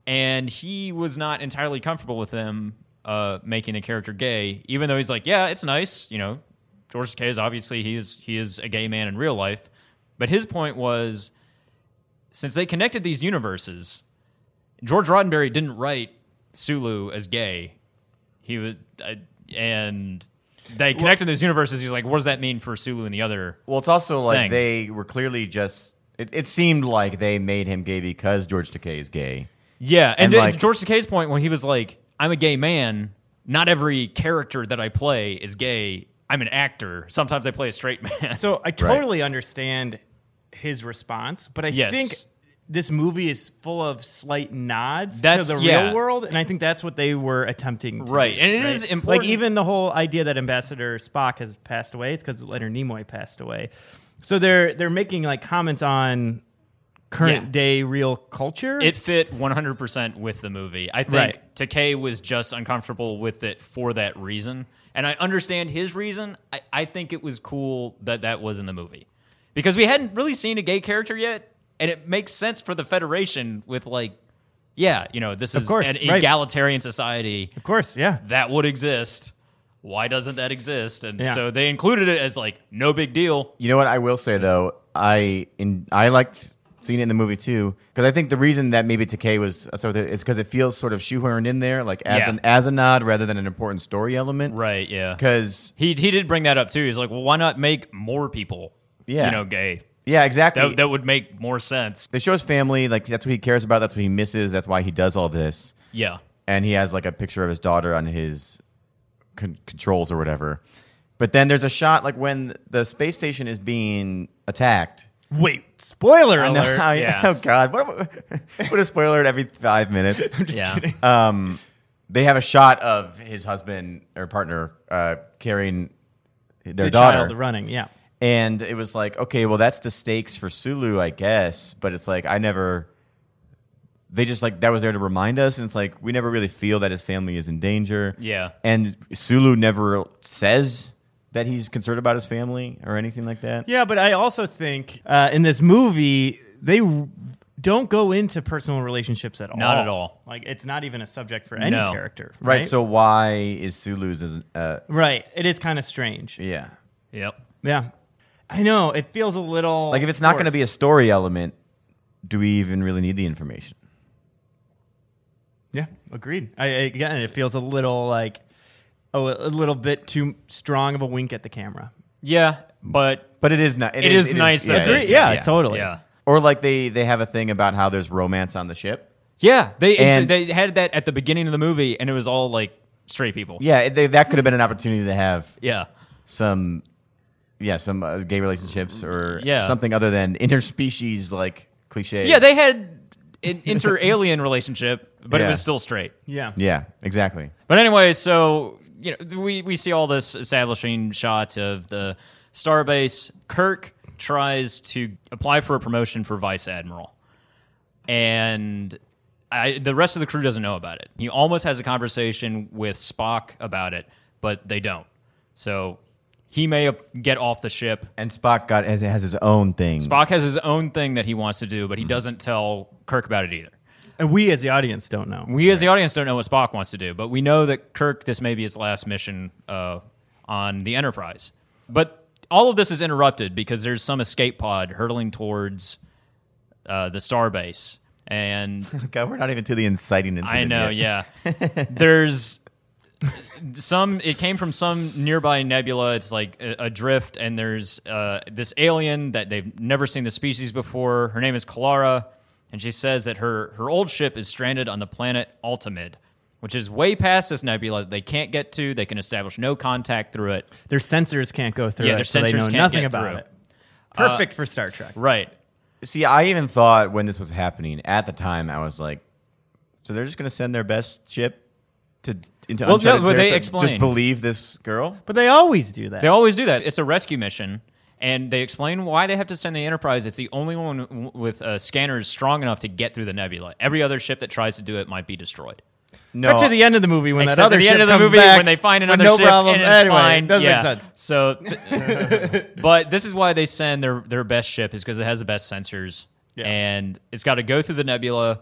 Speaker 2: and he was not entirely comfortable with them uh, making the character gay, even though he's like, yeah, it's nice, you know. George Takei is obviously he is he is a gay man in real life, but his point was since they connected these universes, George Roddenberry didn't write Sulu as gay. He was, uh, and they connected those universes. He's like, what does that mean for Sulu and the other?
Speaker 4: Well, it's also like
Speaker 2: Thing.
Speaker 4: they were clearly just. It, it seemed like they made him gay because George Takei is gay.
Speaker 2: Yeah, and,
Speaker 4: And,
Speaker 2: then
Speaker 4: like-
Speaker 2: George Takei's point when he was like, "I'm a gay man. Not every character that I play is gay. I'm an actor. Sometimes I play a straight [laughs] man."
Speaker 3: So I totally understand his response, but I
Speaker 2: Yes.
Speaker 3: think this movie is full of slight nods
Speaker 2: That's-
Speaker 3: to the
Speaker 2: yeah.
Speaker 3: real world, and I think that's what they were attempting. To
Speaker 2: Right,
Speaker 3: do,
Speaker 2: and it is important-
Speaker 3: Like even the whole idea that Ambassador Spock has passed away, it's because Leonard Nimoy passed away. So they're they're making like comments on current
Speaker 2: Yeah.
Speaker 3: day real culture.
Speaker 2: it fit 100% with the movie. I think
Speaker 3: Right.
Speaker 2: Takei was just uncomfortable with it for that reason. And I understand his reason. I, I think it was cool that that was in the movie because we hadn't really seen a gay character yet. And it makes sense for the Federation with, like, yeah, you know, this is
Speaker 3: course,
Speaker 2: an
Speaker 3: right.
Speaker 2: egalitarian society
Speaker 3: of course, yeah.
Speaker 2: that would exist. Why doesn't that exist? And
Speaker 3: Yeah.
Speaker 2: so they included it as, like, no big deal.
Speaker 4: You know what I will say though, I in I liked seeing it in the movie too because I think the reason that maybe Takei was so is because it feels sort of shoehorned in there, like as
Speaker 2: Yeah.
Speaker 4: an as a nod rather than an important story element.
Speaker 2: Right. Yeah.
Speaker 4: Because
Speaker 2: He, he did bring that up too. He's like, well, why not make more people,
Speaker 4: Yeah.
Speaker 2: you know, gay?
Speaker 4: yeah, exactly.
Speaker 2: That, that would make more sense.
Speaker 4: they show his family, like that's what he cares about, that's what he misses, that's why he does all this.
Speaker 2: [laughs] Yeah.
Speaker 4: and he has like a picture of his daughter on his con- controls or whatever. But then there's a shot like when the space station is being attacked.
Speaker 3: Wait, spoiler
Speaker 4: I know-
Speaker 3: alert.
Speaker 4: I-
Speaker 2: yeah.
Speaker 4: [laughs] Oh God! What, a- what a spoiler at every five minutes.
Speaker 2: yeah.
Speaker 4: Um, they have a shot of his husband or partner uh, carrying their
Speaker 3: the
Speaker 4: daughter,
Speaker 3: child running. Yeah.
Speaker 4: and it was like, okay, well, that's the stakes for Sulu, I guess. But it's like I never. They just like that was there to remind us, and it's like we never really feel that his family is in danger.
Speaker 2: [laughs] Yeah.
Speaker 4: and Sulu never says that he's concerned about his family or anything like that.
Speaker 3: Yeah, but I also think uh, in this movie they r- don't go into personal relationships at all.
Speaker 2: Not at all.
Speaker 3: Like it's not even a subject for any
Speaker 2: No.
Speaker 3: character.
Speaker 4: Right, So why is Sulu's? Uh,
Speaker 3: right. It is kind of strange.
Speaker 4: yeah,
Speaker 2: Yep.
Speaker 3: Yeah. I know. It feels a little
Speaker 4: like if it's not going to be a
Speaker 3: forced.
Speaker 4: story element, do we even really need the information?
Speaker 3: Yeah, agreed. I, I- again, it feels a little like oh, a little bit too strong of a wink at the camera.
Speaker 2: Yeah, but
Speaker 4: But it is not.
Speaker 2: It is nice that
Speaker 4: it
Speaker 2: they-
Speaker 4: is-
Speaker 3: yeah, totally.
Speaker 2: yeah.
Speaker 4: Or like they they have a thing about how there's romance on the ship.
Speaker 2: Yeah, they
Speaker 4: And-
Speaker 2: they had that at the beginning of the movie, and it was all like straight people.
Speaker 4: Yeah, it- they, that could have been an opportunity to have
Speaker 2: Yeah,
Speaker 4: some, yeah, some uh, gay relationships or
Speaker 2: Yeah.
Speaker 4: something other than interspecies like cliche.
Speaker 2: yeah, they had an inter alien [laughs] relationship, but it
Speaker 4: Yeah.
Speaker 2: was still straight.
Speaker 3: Yeah.
Speaker 4: yeah, exactly.
Speaker 2: But anyway, so you know, we we see all this establishing shots of the starbase. Kirk tries to apply for a promotion for vice admiral, and I, the rest of the crew doesn't know about it. He almost has a conversation with Spock about it, but they don't. So he may get off the ship.
Speaker 4: And Spock got has, has his own thing.
Speaker 2: Spock has his own thing that he wants to do, but he doesn't tell Kirk about it either.
Speaker 3: And we as the audience don't know.
Speaker 2: We as the audience don't know what Spock wants to do, but we know that Kirk, this may be his last mission uh, on the Enterprise. But all of this is interrupted because there's some escape pod hurtling towards uh, the starbase. And
Speaker 4: God, we're not even to the inciting incident.
Speaker 2: I know,
Speaker 4: yet.
Speaker 2: yeah. There's some. It came from some nearby nebula. It's like a, a drift, and there's uh, this alien that they've never seen the species before. Her name is Kalara, and she says that her her old ship is stranded on the planet Altamid, which is way past this nebula that they can't get to. They can establish no contact through it.
Speaker 3: Their sensors can't go through
Speaker 2: Yeah,
Speaker 3: it,
Speaker 2: their
Speaker 3: so they
Speaker 2: sensors
Speaker 3: know
Speaker 2: can't
Speaker 3: nothing
Speaker 2: get
Speaker 3: about
Speaker 2: through. Uh,
Speaker 3: it. Perfect for Star Trek.
Speaker 2: Right.
Speaker 4: See, I even thought when this was happening at the time, I was like, so they're just going to send their best ship to into
Speaker 2: Well, no,
Speaker 4: uncharted
Speaker 2: but they
Speaker 4: territory?
Speaker 2: explain.
Speaker 4: Just believe this girl.
Speaker 3: But they always do that.
Speaker 2: They always do that. It's a rescue mission, and they explain why they have to send the Enterprise. It's the only one w- with uh, scanners strong enough to get through the nebula. Every other ship that tries to do it might be destroyed.
Speaker 4: No,
Speaker 3: Cut to the end of the movie when
Speaker 2: Except
Speaker 3: that other
Speaker 2: at the
Speaker 3: ship
Speaker 2: end of the
Speaker 3: comes
Speaker 2: movie
Speaker 3: back
Speaker 2: when they find
Speaker 3: with
Speaker 2: another
Speaker 3: no
Speaker 2: ship
Speaker 3: problem.
Speaker 2: and it's
Speaker 3: anyway,
Speaker 2: fine.
Speaker 3: Doesn't
Speaker 2: yeah.
Speaker 3: make sense.
Speaker 2: So, th- but this is why they send their their best ship is because it has the best sensors,
Speaker 3: Yeah.
Speaker 2: and it's got to go through the nebula,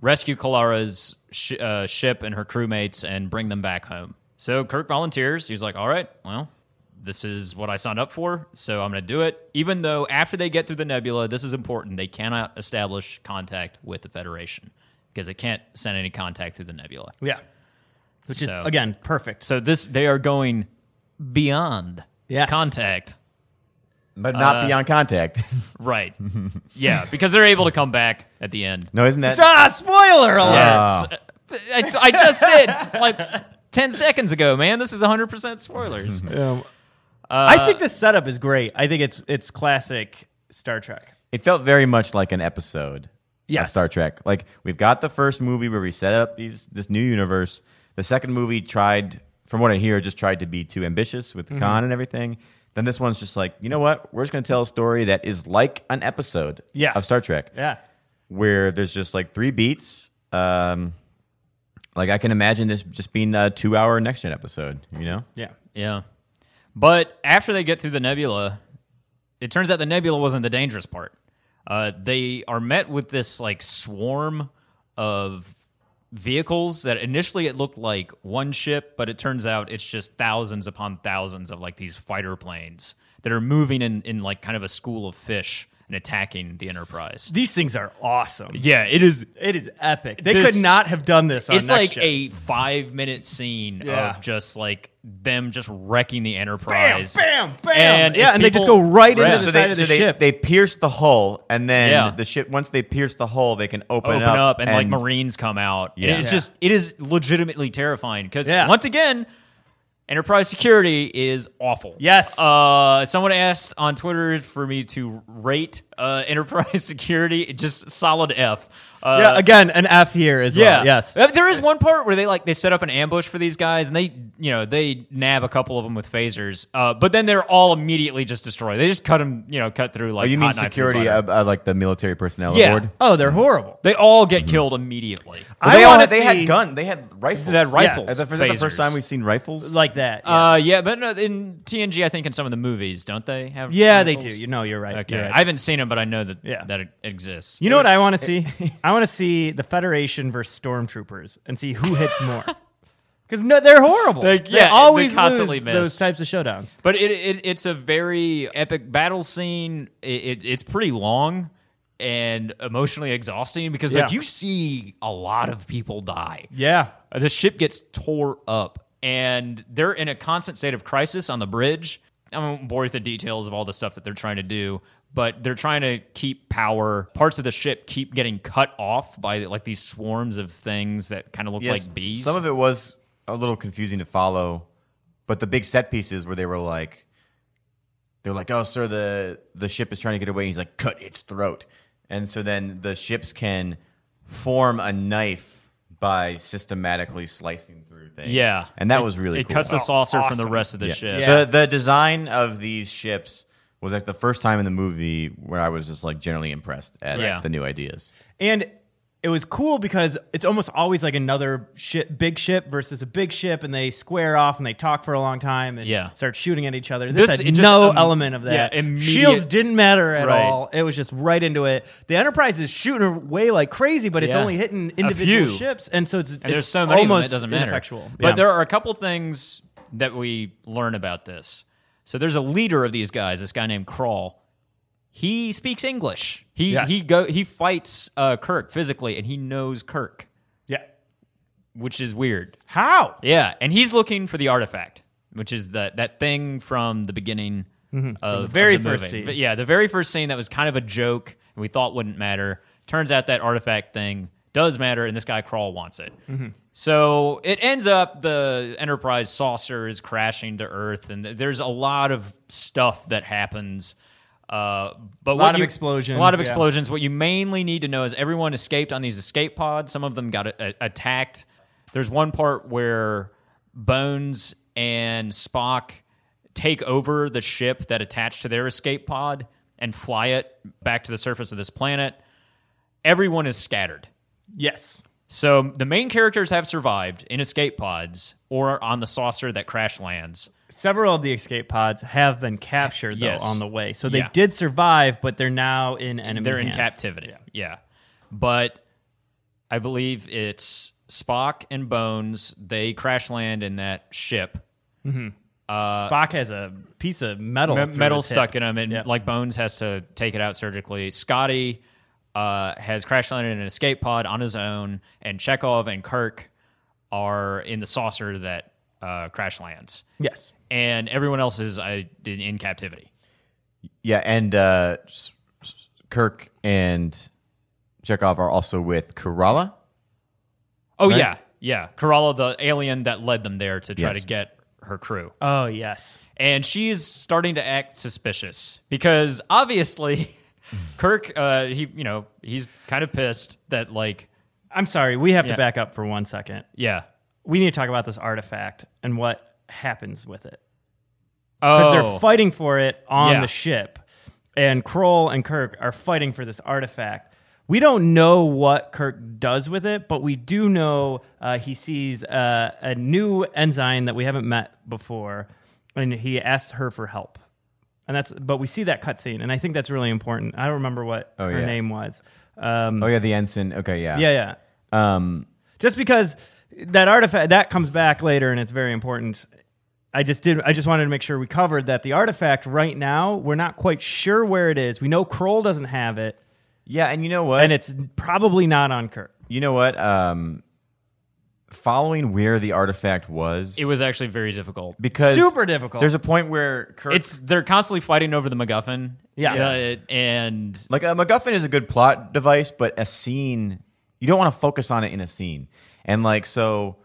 Speaker 2: rescue Kalara's sh- uh, ship and her crewmates, and bring them back home. So Kirk volunteers. He's like, "All right, well." This is what I signed up for, so I'm going to do it. Even though after they get through the nebula, this is important. They cannot establish contact with the Federation because they can't send any contact through the nebula.
Speaker 3: Yeah. Which
Speaker 2: So-
Speaker 3: is again perfect.
Speaker 2: So this they are going beyond
Speaker 3: Yes.
Speaker 2: contact.
Speaker 4: but not
Speaker 2: Uh,
Speaker 4: beyond contact. [laughs]
Speaker 2: Right. yeah, because they're able to come back at the end.
Speaker 4: no, isn't that?
Speaker 3: Ah, spoiler alert.
Speaker 2: Yeah, it's- I, I just said like 10 seconds ago, man. This is 100% spoilers.
Speaker 3: I think the setup is great. I think it's it's classic Star Trek.
Speaker 4: It felt very much like an episode of
Speaker 3: Yes.
Speaker 4: Star Trek. Like we've got the first movie where we set up these this new universe. The second movie tried, from what I hear, just tried to be too ambitious with
Speaker 3: Mm-hmm.
Speaker 4: the con and everything. Then this one's just like, you know what? We're just going to tell a story that is like an episode
Speaker 3: Yeah.
Speaker 4: of Star Trek,
Speaker 3: Yeah.
Speaker 4: where there's just like three beats. Um, like I can imagine this just being a two-hour Next Gen episode. You know?
Speaker 3: Yeah.
Speaker 2: yeah. But after they get through the nebula, it turns out the nebula wasn't the dangerous part. Uh, they are met with this like swarm of vehicles that initially it looked like one ship, but it turns out it's just thousands upon thousands of like these fighter planes that are moving in, in like kind of a school of fish and attacking the Enterprise.
Speaker 3: These things are awesome.
Speaker 2: Yeah, it is.
Speaker 3: It is epic. They
Speaker 2: This-
Speaker 3: could not have done this. On
Speaker 2: It's
Speaker 3: Oh, Next
Speaker 2: like
Speaker 3: Gen.
Speaker 2: a five minute scene
Speaker 3: Yeah.
Speaker 2: of just like them just wrecking the Enterprise.
Speaker 3: bam, bam.
Speaker 2: And
Speaker 3: Yeah,
Speaker 2: it's
Speaker 3: and they just
Speaker 2: people-
Speaker 3: go right
Speaker 2: Right.
Speaker 3: into
Speaker 2: So
Speaker 3: the side of the
Speaker 4: they,
Speaker 3: ship.
Speaker 4: they pierce the hull, and then
Speaker 2: Yeah.
Speaker 4: the ship. Once they pierce the hull, they can open,
Speaker 2: open up, and, like Marines come out. Yeah.
Speaker 4: Yeah.
Speaker 2: And it's
Speaker 3: Yeah.
Speaker 2: just it is legitimately terrifying because
Speaker 3: Yeah.
Speaker 2: once again, enterprise security is awful.
Speaker 3: Yes.
Speaker 2: Uh, someone asked [laughs] on Twitter for me to rate uh, enterprise security just solid F. Uh,
Speaker 3: yeah, again, an F here as
Speaker 2: yeah.
Speaker 3: well. Yes.
Speaker 2: Uh, There is one part where they like they set up an ambush for these guys, and they you know they nab a couple of them with phasers, uh, but then they're all immediately just destroyed. They just cut them, you know, cut through like.
Speaker 4: Oh, you mean
Speaker 2: hot knife through
Speaker 4: security,
Speaker 2: butter.
Speaker 4: uh, uh, like the military personnel
Speaker 2: Yeah.
Speaker 4: aboard?
Speaker 3: Oh, they're horrible.
Speaker 2: they all
Speaker 3: Mm-hmm.
Speaker 2: get killed immediately. Uh,
Speaker 4: But
Speaker 3: I
Speaker 4: they all
Speaker 3: wanna
Speaker 4: had, they
Speaker 3: see-
Speaker 4: had gun. They had rifles.
Speaker 2: They had rifles,
Speaker 4: Is that, is that the
Speaker 2: phasers.
Speaker 4: first time we've seen rifles?
Speaker 3: Like that. yes.
Speaker 2: Uh, yeah, but no, in TNG, I think in some of the movies, don't they have?
Speaker 3: yeah, they do.
Speaker 2: rifles?
Speaker 3: You know, you're right.
Speaker 2: Okay,
Speaker 3: You're right.
Speaker 2: I haven't seen them, but I know that
Speaker 3: Yeah.
Speaker 2: that it exists.
Speaker 3: You know what I want to see? [laughs] I want to see the Federation versus Stormtroopers and see who hits
Speaker 2: [laughs]
Speaker 3: more. Because no, they're horrible. They,
Speaker 2: yeah, they
Speaker 3: always
Speaker 2: constantly
Speaker 3: lose
Speaker 2: miss.
Speaker 3: those types of showdowns.
Speaker 2: But it, it it's a very epic battle scene. It, it, it's pretty long and emotionally exhausting because like
Speaker 3: Yeah.
Speaker 2: you see a lot of people die.
Speaker 3: Yeah,
Speaker 2: Uh, The ship gets tore up, and they're in a constant state of crisis on the bridge. I won't bore you with the details of all the stuff that they're trying to do, but they're trying to keep power. Parts of the ship keep getting cut off by like these swarms of things that kind of look
Speaker 4: Yes.
Speaker 2: like bees.
Speaker 4: Some of it was a little confusing to follow, but the big set pieces where they were like, they were like, "Oh, sir, the the ship is trying to get away." And he's like, "Cut its throat," and so then the ships can form a knife by systematically slicing through things.
Speaker 2: yeah,
Speaker 4: and that
Speaker 2: It-
Speaker 4: was really
Speaker 2: it
Speaker 4: cool.
Speaker 2: cuts the saucer from the
Speaker 3: awesome.
Speaker 2: rest of the
Speaker 4: Oh, Yeah.
Speaker 2: ship.
Speaker 3: Yeah.
Speaker 4: The the design of these ships was like the first time in the movie where I was just like generally impressed at
Speaker 2: Yeah.
Speaker 4: the new ideas.
Speaker 3: and it was cool because it's almost always like another ship, big ship versus a big ship, and they square off and they talk for a long time and
Speaker 2: Yeah.
Speaker 3: start shooting at each other. This,
Speaker 2: This- it
Speaker 3: had
Speaker 2: just
Speaker 3: no
Speaker 2: im-
Speaker 3: element of that.
Speaker 2: yeah, immediate-
Speaker 3: Shields didn't matter at
Speaker 2: Right.
Speaker 3: all. It was just right into it. The Enterprise is shooting away like crazy, but it's
Speaker 2: Yeah.
Speaker 3: only hitting
Speaker 2: A
Speaker 3: individual
Speaker 2: few.
Speaker 3: ships, and so it's,
Speaker 2: And
Speaker 3: it's
Speaker 2: there's so many
Speaker 3: almost
Speaker 2: of them, it doesn't matter.
Speaker 3: ineffectual.
Speaker 2: But
Speaker 3: Yeah.
Speaker 2: there are a couple things that we learn about this. So there's a leader of these guys, this guy named Crawl. He speaks English. He
Speaker 3: Yes.
Speaker 2: he go he fights uh, Kirk physically, and he knows Kirk,
Speaker 3: yeah.
Speaker 2: which is weird.
Speaker 3: How?
Speaker 2: Yeah, and he's looking for the artifact, which is that that thing from the beginning of the
Speaker 3: Mm-hmm. very
Speaker 2: of the
Speaker 3: first
Speaker 2: movie.
Speaker 3: scene.
Speaker 2: Yeah, the very first scene that was kind of a joke and we thought wouldn't matter. Turns out that artifact thing does matter, and this guy Crawl wants it.
Speaker 3: Mm-hmm.
Speaker 2: So it ends up the Enterprise saucer is crashing to Earth, and th- there's a lot of stuff that happens. Uh, but a
Speaker 3: of explosions,
Speaker 2: a lot of
Speaker 3: yeah.
Speaker 2: explosions. What you mainly need to know is everyone escaped on these escape pods. Some of them got a- a- attacked. There's one part where Bones and Spock take over the ship that attached to their escape pod and fly it back to the surface of this planet. Everyone is scattered.
Speaker 3: Yes.
Speaker 2: So the main characters have survived in escape pods or on the saucer that crash lands.
Speaker 3: Several of the escape pods have been captured though
Speaker 2: Yes.
Speaker 3: on the way, so they
Speaker 2: Yeah.
Speaker 3: did survive, but they're now in enemy.
Speaker 2: They're in
Speaker 3: hands.
Speaker 2: captivity. Yeah. But I believe it's Spock and Bones. They crash land in that ship.
Speaker 3: Spock has a piece of metal,
Speaker 2: Uh, Me-
Speaker 3: through
Speaker 2: metal
Speaker 3: his hip.
Speaker 2: stuck in him, and
Speaker 3: Yeah.
Speaker 2: like Bones has to take it out surgically. Scotty uh, has crash landed in an escape pod on his own, and Chekhov and Kirk are in the saucer that uh, crash lands,
Speaker 3: Yes.
Speaker 2: and everyone else is uh, in, in captivity.
Speaker 4: Yeah, and uh, s- s- Kirk and Chekhov are also with Kerala.
Speaker 2: Oh
Speaker 4: Right?
Speaker 2: yeah, yeah. Kerala, the alien that led them there to try
Speaker 4: Yes.
Speaker 2: to get her crew.
Speaker 3: Oh yes.
Speaker 2: and she's starting to act suspicious because obviously [laughs] Kirk uh he you know he's kind of pissed that like
Speaker 3: I'm sorry. We have
Speaker 2: Yeah.
Speaker 3: to back up for one second.
Speaker 2: yeah
Speaker 3: We need to talk about this artifact and what happens with it because
Speaker 2: oh
Speaker 3: they're fighting for it on
Speaker 2: Yeah.
Speaker 3: the ship, and Kroll and Kirk are fighting for this artifact. We don't know what Kirk does with it, but we do know uh, he sees uh, a new ensign that we haven't met before, and he asks her for help. And that's, but we see that cutscene, and I think that's really important. I don't remember what
Speaker 4: Oh,
Speaker 3: her
Speaker 4: yeah.
Speaker 3: name was. Um,
Speaker 4: Oh yeah, the ensign. Okay, yeah,
Speaker 3: yeah, yeah.
Speaker 4: Um,
Speaker 3: Just because that artifact that comes back later and it's very important. I just did. I just wanted to make sure we covered that the artifact right now. We're not quite sure where it is. We know Kroll doesn't have it,
Speaker 4: yeah, and you know what?
Speaker 3: and it's probably not on Kirk.
Speaker 4: you know what? Um, following where the artifact was,
Speaker 2: it was actually very difficult
Speaker 4: because
Speaker 3: super difficult.
Speaker 4: There's a point where Kirk,
Speaker 2: it's they're constantly fighting over the MacGuffin
Speaker 3: Yeah.
Speaker 2: uh, it- and
Speaker 4: like a MacGuffin is a good plot device, but a scene you don't want to focus on it in a scene, and like so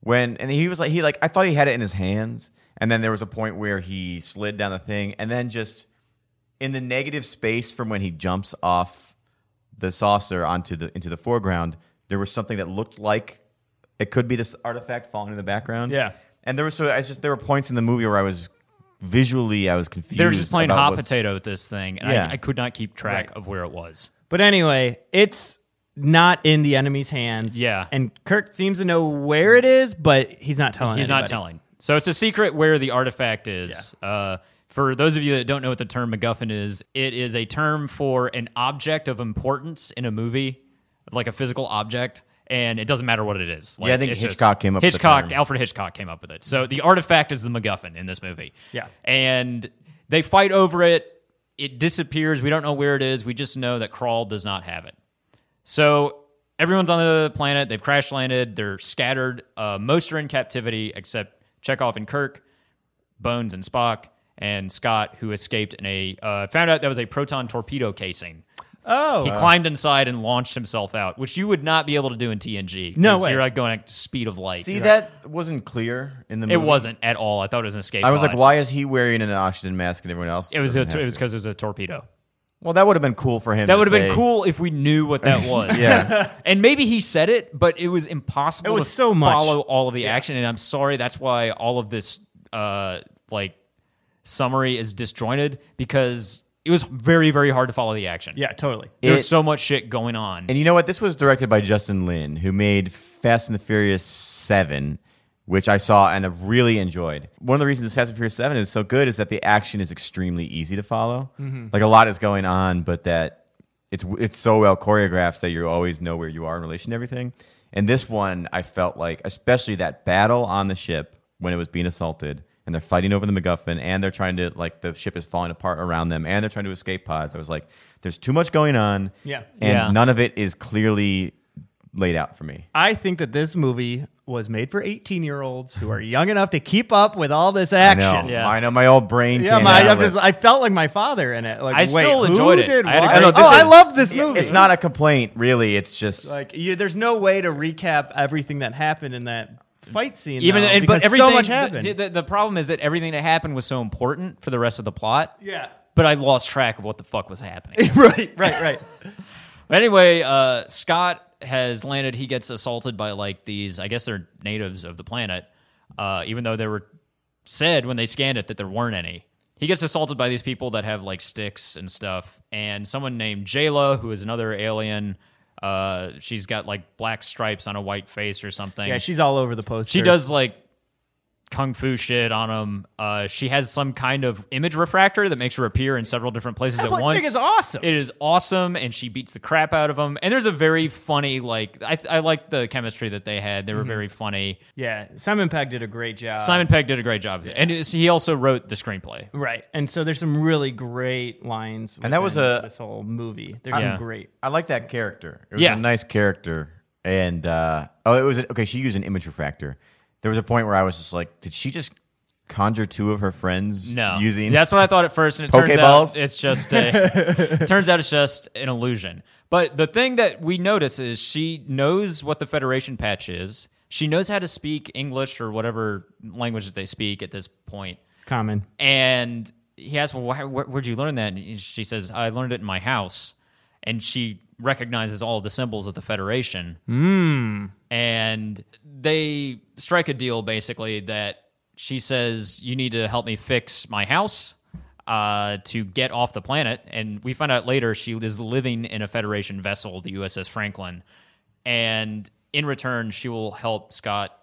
Speaker 4: when and he was like he like I thought he had it in his hands, and then there was a point where he slid down the thing, and then just in the negative space from when he jumps off the saucer onto the into the foreground, there was something that looked like it could be this artifact falling in the background.
Speaker 3: Yeah.
Speaker 4: and there was so I just there were points in the movie where I was visually I was confused.
Speaker 2: They were just playing
Speaker 4: about
Speaker 2: hot
Speaker 4: what's-
Speaker 2: potato at this thing, and
Speaker 4: Yeah.
Speaker 2: I, I could not keep track of where it was.
Speaker 3: But anyway, it's not in the enemy's hands.
Speaker 2: Yeah.
Speaker 3: And Kirk seems to know where it is, but he's not telling.
Speaker 2: He's not
Speaker 3: anybody.
Speaker 2: telling. So it's a secret where the artifact is. Uh, for those of you that don't know what the term MacGuffin is, it is a term for an object of importance in a movie, like a physical object, and it doesn't matter what it is. Like,
Speaker 4: Yeah, I think
Speaker 2: it's
Speaker 4: Hitchcock came up with the
Speaker 2: Hitchcock,
Speaker 4: term.
Speaker 2: Alfred Hitchcock came up with it. So the artifact is the MacGuffin in this movie.
Speaker 3: Yeah.
Speaker 2: and they fight over it. It disappears. We don't know where it is. We just know that Crawl does not have it. So everyone's on the planet. They've crash landed. They're scattered. Uh, most are in captivity except Chekhov and Kirk, Bones and Spock, and Scott, who escaped in a uh, found out that was a proton torpedo casing.
Speaker 3: Oh,
Speaker 2: He climbed inside and launched himself out, which you would not be able to do in TNG. 'cause
Speaker 3: No way.
Speaker 2: You're like going at speed of light.
Speaker 4: See, that wasn't clear in the movie.
Speaker 2: it wasn't at all. Mm-hmm. I thought it was an escape.
Speaker 4: I was
Speaker 2: pod.
Speaker 4: like, why is he wearing an oxygen mask and everyone else?
Speaker 2: It was a,
Speaker 4: doesn't
Speaker 2: it
Speaker 4: have
Speaker 2: was
Speaker 4: to?
Speaker 2: because it was a torpedo.
Speaker 4: Well, that would have been cool for him.
Speaker 2: That
Speaker 4: to
Speaker 2: would have been
Speaker 4: say-
Speaker 2: cool if we knew what [laughs] that was.
Speaker 4: [laughs] Yeah.
Speaker 2: And maybe he said it, but it was impossible
Speaker 3: It was
Speaker 2: to
Speaker 3: so much.
Speaker 2: follow all of the action. And I'm sorry, that's why all of this uh like summary is disjointed because it was very, very hard to follow the action.
Speaker 3: yeah, totally.
Speaker 2: There's
Speaker 4: It-
Speaker 2: so much shit going on.
Speaker 4: And you know what? This was directed by Justin Lin, who made Fast and the Furious 7, which I saw and I really enjoyed. One of the reasons Fast and Furious 7 is so good is that the action is extremely easy to follow. Like a lot is going on, but that it's it's so well choreographed that you always know where you are in relation to everything. And this one, I felt like, especially that battle on the ship when it was being assaulted and they're fighting over the MacGuffin and they're trying to, like, the ship is falling apart around them and they're trying to escape pods. I was like, there's too much going on.
Speaker 3: Yeah.
Speaker 4: And
Speaker 2: Yeah.
Speaker 4: none of it is clearly laid out for me.
Speaker 3: I think that this movie was made for 18 year olds who are young enough to keep up with all this action.
Speaker 4: I know.
Speaker 2: yeah.
Speaker 4: I know my old brain.
Speaker 3: Yeah,
Speaker 4: can't
Speaker 3: my,
Speaker 4: handle
Speaker 3: I'm
Speaker 4: it.
Speaker 3: just, I felt like my father in it. Like,
Speaker 2: I
Speaker 3: wait,
Speaker 2: still
Speaker 3: who
Speaker 2: enjoyed it.
Speaker 3: Did
Speaker 2: I had a
Speaker 3: what?
Speaker 2: great-
Speaker 4: No,
Speaker 3: oh,
Speaker 4: this
Speaker 3: I
Speaker 4: is-
Speaker 3: love this movie.
Speaker 4: It's not a complaint, really. It's just
Speaker 3: like you, there's no way to recap everything that happened in that fight scene.
Speaker 2: even
Speaker 3: though,
Speaker 2: and,
Speaker 3: because
Speaker 2: but everything
Speaker 3: so much
Speaker 2: the-
Speaker 3: happened.
Speaker 2: The, the problem is that everything that happened was so important for the rest of the plot.
Speaker 3: yeah,
Speaker 2: But I lost track of what the fuck was happening.
Speaker 3: [laughs] right, right, right.
Speaker 2: But anyway, uh, Scott has landed. He gets assaulted by like these. I guess they're natives of the planet, uh, even though they were said when they scanned it that there weren't any. He gets assaulted by these people that have like sticks and stuff, and someone named Jayla, who is another alien. Uh, she's got like black stripes on a white face or something.
Speaker 3: yeah, she's all over the poster.
Speaker 2: She does like kung fu shit on him. Uh, she has some kind of image refractor that makes her appear in several different places
Speaker 3: That
Speaker 2: at
Speaker 3: thing
Speaker 2: once.
Speaker 3: is awesome.
Speaker 2: It is awesome, and she beats the crap out of him. And there's a very funny like I I like the chemistry that they had. They
Speaker 4: Mm-hmm.
Speaker 2: were very funny.
Speaker 3: Yeah, Simon Pegg did a great job.
Speaker 4: Uh,
Speaker 2: Simon Pegg did a great job, and it's- he also wrote the screenplay.
Speaker 3: Right, and so there's some really great lines,
Speaker 4: And that was
Speaker 3: within
Speaker 4: a-
Speaker 3: this whole movie. There's
Speaker 2: Yeah.
Speaker 3: some great.
Speaker 4: I like that character. It was
Speaker 2: Yeah.
Speaker 4: a nice character. And uh, oh, it was okay. She used an image refractor. There was a point where I was just like, did she just conjure two of her friends?
Speaker 2: No,
Speaker 4: using
Speaker 2: that's what I thought at first, and it turns out
Speaker 4: Pokeballs?
Speaker 2: it's just a,
Speaker 4: [laughs]
Speaker 2: turns out it's just an illusion. But the thing that we notice is she knows what the Federation patch is. She knows how to speak English or whatever language that they speak at this point.
Speaker 3: Common.
Speaker 2: And he asks, "Well, why, where, where'd you learn that?" And she says, "I learned it in my house." And she recognizes all the symbols of the Federation. And they strike a deal basically that she says, "You need to help me fix my house." Uh, to get off the planet, and we find out later she is living in a Federation vessel, the USS Franklin, and in return she will help Scott,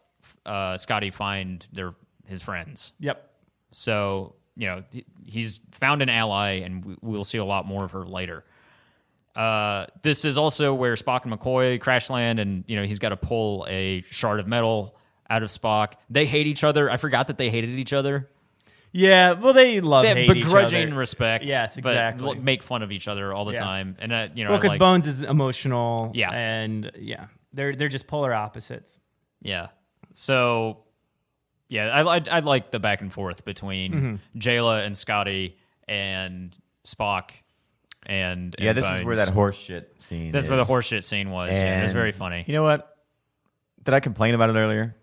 Speaker 2: uh, Scotty find their his friends.
Speaker 3: Yep.
Speaker 2: So, you know, he- he's found an ally, and we- we'll see a lot more of her later. Uh, this is also where Spock and McCoy crash land, and, you know, he's got to pull a shard of metal out of Spock. They hate each other. I forgot that they hated each other.
Speaker 3: Yeah. Well, they love
Speaker 2: They have
Speaker 3: hate each
Speaker 2: begrudging
Speaker 3: other.
Speaker 2: respect.
Speaker 3: Yes,
Speaker 2: but
Speaker 3: exactly.
Speaker 2: l- make fun of each other all the
Speaker 3: Yeah.
Speaker 2: time. And, uh, you know,
Speaker 3: Well,
Speaker 2: I
Speaker 3: because
Speaker 2: like-
Speaker 3: Bones is emotional.
Speaker 2: Yeah.
Speaker 3: and yeah, they're they're just polar opposites.
Speaker 2: Yeah. So, yeah, I, I, I like the back and forth between
Speaker 3: Mm-hmm.
Speaker 2: Jayla and Scotty and Spock. And,
Speaker 4: Yeah,
Speaker 2: and
Speaker 4: this is where that
Speaker 2: Bones.
Speaker 4: horse shit scene.
Speaker 2: That's
Speaker 4: is.
Speaker 2: where the horseshit scene was. yeah, it was
Speaker 4: And
Speaker 2: very funny.
Speaker 4: You know what? Did I complain about it earlier?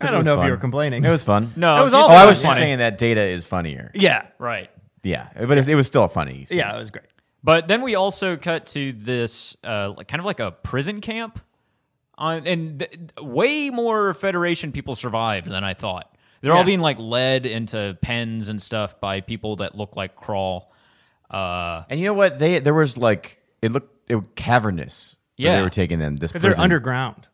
Speaker 4: 'Cause
Speaker 3: I
Speaker 4: it
Speaker 3: don't
Speaker 4: was
Speaker 3: know if
Speaker 4: fun.
Speaker 3: you were complaining.
Speaker 4: It was fun.
Speaker 2: No,
Speaker 3: That was
Speaker 2: you
Speaker 3: all-
Speaker 4: Oh,
Speaker 2: said
Speaker 4: I
Speaker 2: it
Speaker 4: was just
Speaker 2: funny.
Speaker 4: saying that data is funnier.
Speaker 3: [laughs] yeah,
Speaker 2: Right.
Speaker 4: Yeah, but it's, it was still a funny. scene.
Speaker 3: yeah, it was great.
Speaker 2: But then we also cut to this uh, like- kind of like a prison camp, on and th- way more Federation people survived than I thought. They're all
Speaker 3: Yeah.
Speaker 2: being like led into pens and stuff by people that look like Crawl. Uh,
Speaker 4: And you know what? They there was like it looked it was cavernous. where
Speaker 2: Yeah.
Speaker 4: they were taking them. This
Speaker 3: because they're
Speaker 4: prison.
Speaker 3: underground.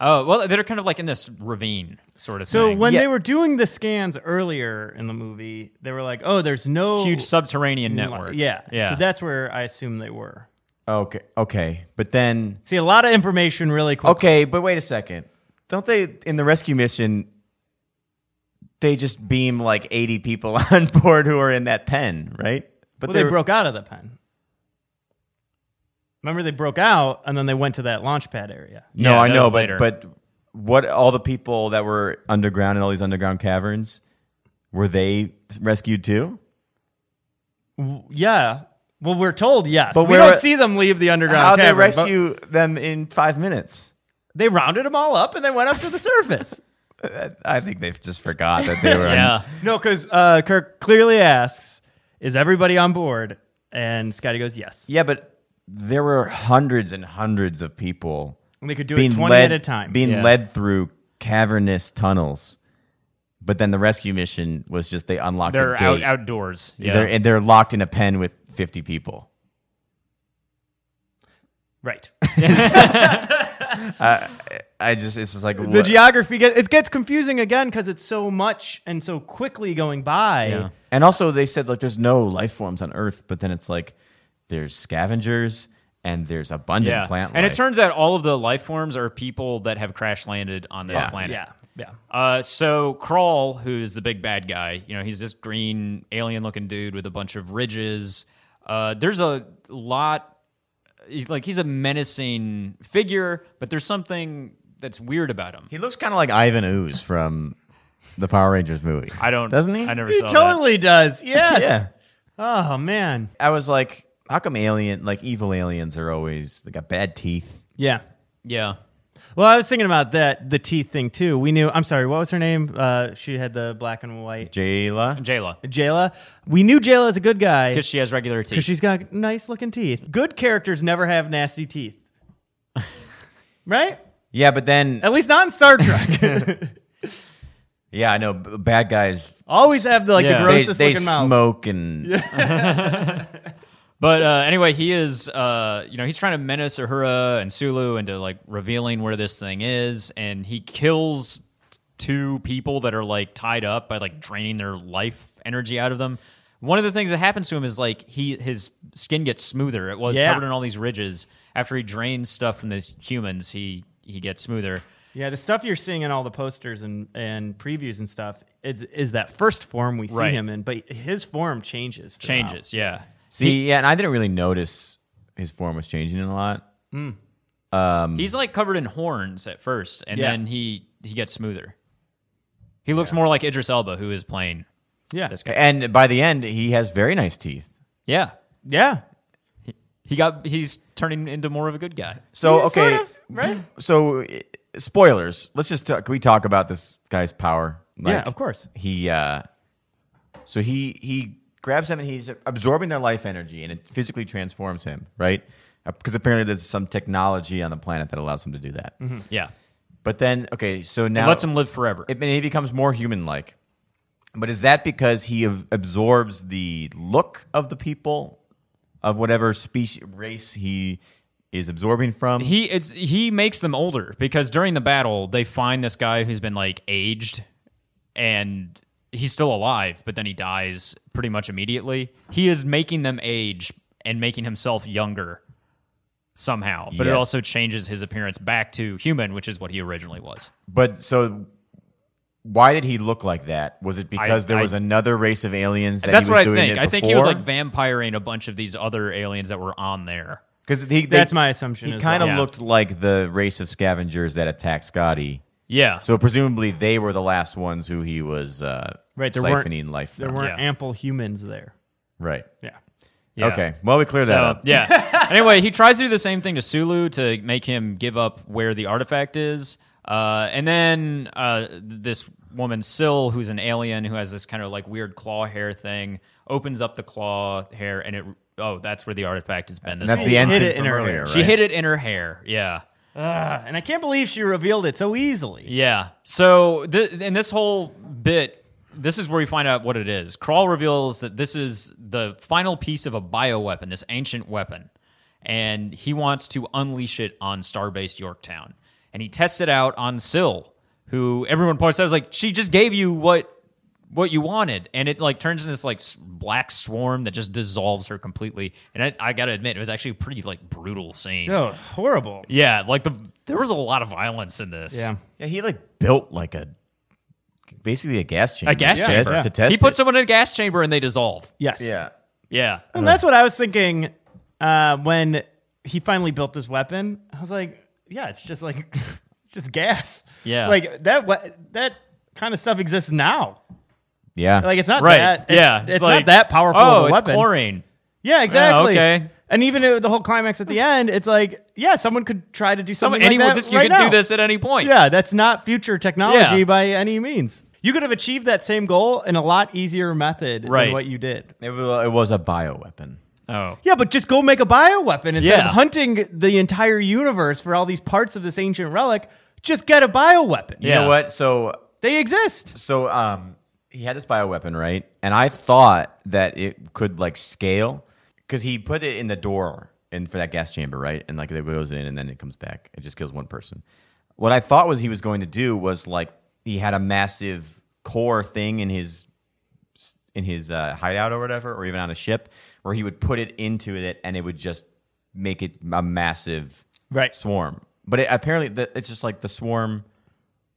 Speaker 2: oh well, they're kind of like in this ravine sort of
Speaker 3: So
Speaker 2: thing.
Speaker 3: when
Speaker 4: Yeah.
Speaker 3: they were doing the scans earlier in the movie, they were like, "Oh, there's no
Speaker 2: huge subterranean
Speaker 3: li-
Speaker 2: network.
Speaker 3: Yeah,
Speaker 2: yeah.
Speaker 3: So that's where I assume they were.
Speaker 4: Okay, okay, but then
Speaker 3: See, a lot of information really quick.
Speaker 4: okay, but wait a second. Don't they in the rescue mission? They just beam like eighty people [laughs] on board who are in that pen, right? But
Speaker 3: Well, they
Speaker 4: were-
Speaker 3: broke out of the pen. Remember, they broke out and then they went to that launch pad area.
Speaker 4: No,
Speaker 2: Yeah,
Speaker 4: I
Speaker 2: that
Speaker 4: know,
Speaker 2: was
Speaker 4: but
Speaker 2: later.
Speaker 4: but what all the people that were underground in all these underground caverns were they rescued too?
Speaker 3: Yeah. Well, we're told yes,
Speaker 4: But
Speaker 3: but we
Speaker 4: where-
Speaker 3: don't see them leave the underground.
Speaker 4: How they
Speaker 3: cavern, but
Speaker 4: rescue them in five minutes?
Speaker 3: They rounded them all up and they went up to the [laughs] surface.
Speaker 4: I think they've just forgot that they
Speaker 2: [laughs]
Speaker 4: were.
Speaker 2: yeah.
Speaker 3: no, because uh, Kirk clearly asks, "Is everybody on board?" And Scotty goes, "Yes."
Speaker 4: yeah, but there were hundreds and hundreds of people
Speaker 3: And they could do
Speaker 4: being
Speaker 3: it twenty
Speaker 4: led
Speaker 3: at a time.
Speaker 4: being
Speaker 2: Yeah.
Speaker 4: led through cavernous tunnels. But then the rescue mission was just they unlocked. a
Speaker 2: They're
Speaker 4: gate.
Speaker 2: out, outdoors. Yeah.
Speaker 4: They're and they're locked in a pen with fifty people.
Speaker 3: right. [laughs]
Speaker 4: I just it's just like
Speaker 3: the
Speaker 4: what-
Speaker 3: geography gets it gets confusing again because it's so much and so quickly going by.
Speaker 2: Yeah.
Speaker 4: And also, they said like there's no life forms on Earth, but then it's like there's scavengers and there's abundant
Speaker 2: yeah.
Speaker 4: plant life.
Speaker 2: and it turns out all of the life forms are people that have crash landed on this
Speaker 4: Yeah.
Speaker 2: planet.
Speaker 3: Yeah, yeah.
Speaker 2: Uh, so Crawl, who's the big bad guy, you know, he's this green alien-looking dude with a bunch of ridges. Uh, there's a lot, he's like he's a menacing figure, but there's something that's weird about him.
Speaker 4: he looks kind of like Ivan Ooze from the Power Rangers movie.
Speaker 2: I don't,
Speaker 4: doesn't he?
Speaker 2: I never
Speaker 3: He
Speaker 2: saw
Speaker 3: totally does. Yes.
Speaker 4: Yeah.
Speaker 3: Oh man.
Speaker 4: I was like, how come alien like evil aliens are always they got bad teeth?
Speaker 3: Yeah.
Speaker 2: that. Yeah,
Speaker 3: Well, I was thinking about that the teeth thing too. We knew. I'm sorry. What was her name? Uh, she had the black and white.
Speaker 4: Jayla.
Speaker 2: Jayla,
Speaker 3: Jayla. We knew Jayla is a good guy
Speaker 2: because she has regular teeth.
Speaker 3: because she's got nice looking teeth. Good characters never have nasty teeth, right?
Speaker 4: Yeah, but then
Speaker 3: At least not in Star Trek.
Speaker 4: yeah, I know b- bad guys.
Speaker 3: Always have the, like
Speaker 2: Yeah.
Speaker 3: the
Speaker 4: They,
Speaker 3: grossest
Speaker 4: they
Speaker 3: looking mouth.
Speaker 4: smoke and
Speaker 2: But uh, anyway, he is, uh, you know, he's trying to menace Uhura and Sulu into like revealing where this thing is, and he kills two people that are like tied up by like draining their life energy out of them. One of the things that happens to him is like he his skin gets smoother. It was
Speaker 3: Yeah.
Speaker 2: covered in all these ridges. After he drains stuff from the humans, he he gets smoother.
Speaker 3: Yeah, the stuff you're seeing in all the posters and, and previews and stuff is is that first form we see
Speaker 2: Right.
Speaker 3: him in, but his form changes. throughout.
Speaker 2: Changes, yeah.
Speaker 4: see. yeah, and I didn't really notice his form was changing a lot.
Speaker 2: He's like covered in horns at first, and
Speaker 3: Hmm. Yeah.
Speaker 2: then he he gets smoother. He looks more like Idris Elba, who is playing
Speaker 3: Yeah,
Speaker 2: this guy.
Speaker 4: And by the end, he has very nice teeth.
Speaker 2: Yeah.
Speaker 3: yeah.
Speaker 2: He got he's turning into more of a good guy.
Speaker 4: So
Speaker 3: Yeah,
Speaker 4: okay,
Speaker 3: sort of, right?
Speaker 4: So i- spoilers. Let's just talk, can we talk about this guy's power?
Speaker 3: yeah, of course.
Speaker 4: He uh, so he he grabs them and he's absorbing their life energy and it physically transforms him, right? Because apparently there's some technology on the planet that allows him to do that.
Speaker 3: Mm-hmm.
Speaker 2: Yeah.
Speaker 4: But then okay, so now
Speaker 2: Lets him live forever.
Speaker 4: it, and he becomes more human-like. But is that because he ab- absorbs the look of the people of whatever species race he is absorbing from?
Speaker 2: he it's he makes them older because during the battle they find this guy who's been like aged and he's still alive, but then he dies pretty much immediately. He is making them age and making himself younger somehow. But it
Speaker 4: Yes.
Speaker 2: also changes his appearance back to human, which is what he originally was.
Speaker 4: But so, why did he look like that? Was it because there
Speaker 2: I-
Speaker 4: was another race of aliens that
Speaker 2: That's
Speaker 4: he was
Speaker 2: what I
Speaker 4: doing
Speaker 2: think.
Speaker 4: it
Speaker 2: I think he was
Speaker 4: before?
Speaker 2: like vampiring a bunch of these other aliens that were on there.
Speaker 4: because he they-
Speaker 3: That's my assumption.
Speaker 4: He
Speaker 3: as
Speaker 4: kind of
Speaker 3: well.
Speaker 2: Yeah.
Speaker 4: looked like the race of scavengers that attacked Scotty.
Speaker 2: Yeah.
Speaker 4: So presumably they were the last ones who he was uh,
Speaker 3: Right, there weren't-
Speaker 4: siphoning life
Speaker 3: there
Speaker 4: from.
Speaker 3: weren't
Speaker 2: yeah.
Speaker 3: ample humans there.
Speaker 4: Right.
Speaker 3: Yeah,
Speaker 2: yeah.
Speaker 4: Okay. Well, we cleared that
Speaker 2: So
Speaker 4: up.
Speaker 2: yeah. [laughs] Anyway, he tries to do the same thing to Sulu to make him give up where the artifact is, uh, and then uh, th- this woman Syl, who's an alien who has this kind of like weird claw hair thing, opens up the claw hair and it oh, that's where the artifact has been. This
Speaker 4: And that's
Speaker 2: whole
Speaker 4: the end
Speaker 3: hid
Speaker 4: scene
Speaker 3: it in
Speaker 4: from
Speaker 3: her
Speaker 4: earlier,
Speaker 3: hair.
Speaker 4: right?
Speaker 2: She hid it in her hair. Yeah.
Speaker 3: Ugh, Uh, and I can't believe she revealed it so easily.
Speaker 2: Yeah. So, th- in this whole bit, this is where we find out what it is. Crawl reveals that this is the final piece of a bioweapon, this ancient weapon, and he wants to unleash it on Starbase Yorktown. And he tests it out on Syl, who everyone points out is like, she just gave you what what you wanted and it like turns into this like s- black swarm that just dissolves her completely and I, I gotta admit it was actually a pretty like brutal scene
Speaker 3: No, horrible.
Speaker 2: yeah like the there was a lot of violence in this
Speaker 3: Yeah.
Speaker 4: Yeah, he like built like a basically a gas chamber.
Speaker 2: A gas
Speaker 4: to
Speaker 2: chamber.
Speaker 4: test- to test.
Speaker 2: he put
Speaker 4: it.
Speaker 2: someone in a gas chamber and they dissolve.
Speaker 3: Yes.
Speaker 4: Yeah.
Speaker 2: Yeah.
Speaker 3: And that's what I was thinking uh, when he finally built this weapon. I was like, yeah, it's just like [laughs] just gas.
Speaker 2: Yeah.
Speaker 3: Like that we- that kind of stuff exists now.
Speaker 4: Yeah.
Speaker 3: Like it's not
Speaker 2: Right.
Speaker 3: that it's,
Speaker 2: yeah.
Speaker 3: It's, not that powerful
Speaker 2: Oh,
Speaker 3: of a
Speaker 2: it's
Speaker 3: weapon.
Speaker 2: chlorine. Oh,
Speaker 3: Yeah, exactly.
Speaker 2: okay.
Speaker 3: And even uh, the whole climax at the end, it's like, yeah, someone could try to do
Speaker 2: Someone,
Speaker 3: something
Speaker 2: anyone,
Speaker 3: like that
Speaker 2: this, you
Speaker 3: right
Speaker 2: can
Speaker 3: now.
Speaker 2: do this at any point.
Speaker 3: Yeah, that's not future technology
Speaker 2: Yeah.
Speaker 3: by any means. You could have achieved that same goal in a lot easier method
Speaker 2: Right.
Speaker 3: than what you did.
Speaker 4: It was, it was a bioweapon.
Speaker 2: Oh.
Speaker 3: Yeah, but just go make a bioweapon instead
Speaker 2: Yeah.
Speaker 3: of hunting the entire universe for all these parts of this ancient relic. Just get a bioweapon.
Speaker 4: You
Speaker 2: Yeah.
Speaker 4: know what? So
Speaker 3: They exist.
Speaker 4: so um he had this bioweapon, right? And I thought that it could like scale cuz he put it in the door in for that gas chamber, right? And like it goes in and then it comes back. It just kills one person. What I thought was he was going to do was like he had a massive core thing in his in his uh, hideout or whatever, or even on a ship, where he would put it into it and it would just make it a massive
Speaker 3: Right.
Speaker 4: swarm. But it, apparently, the, it's just like the swarm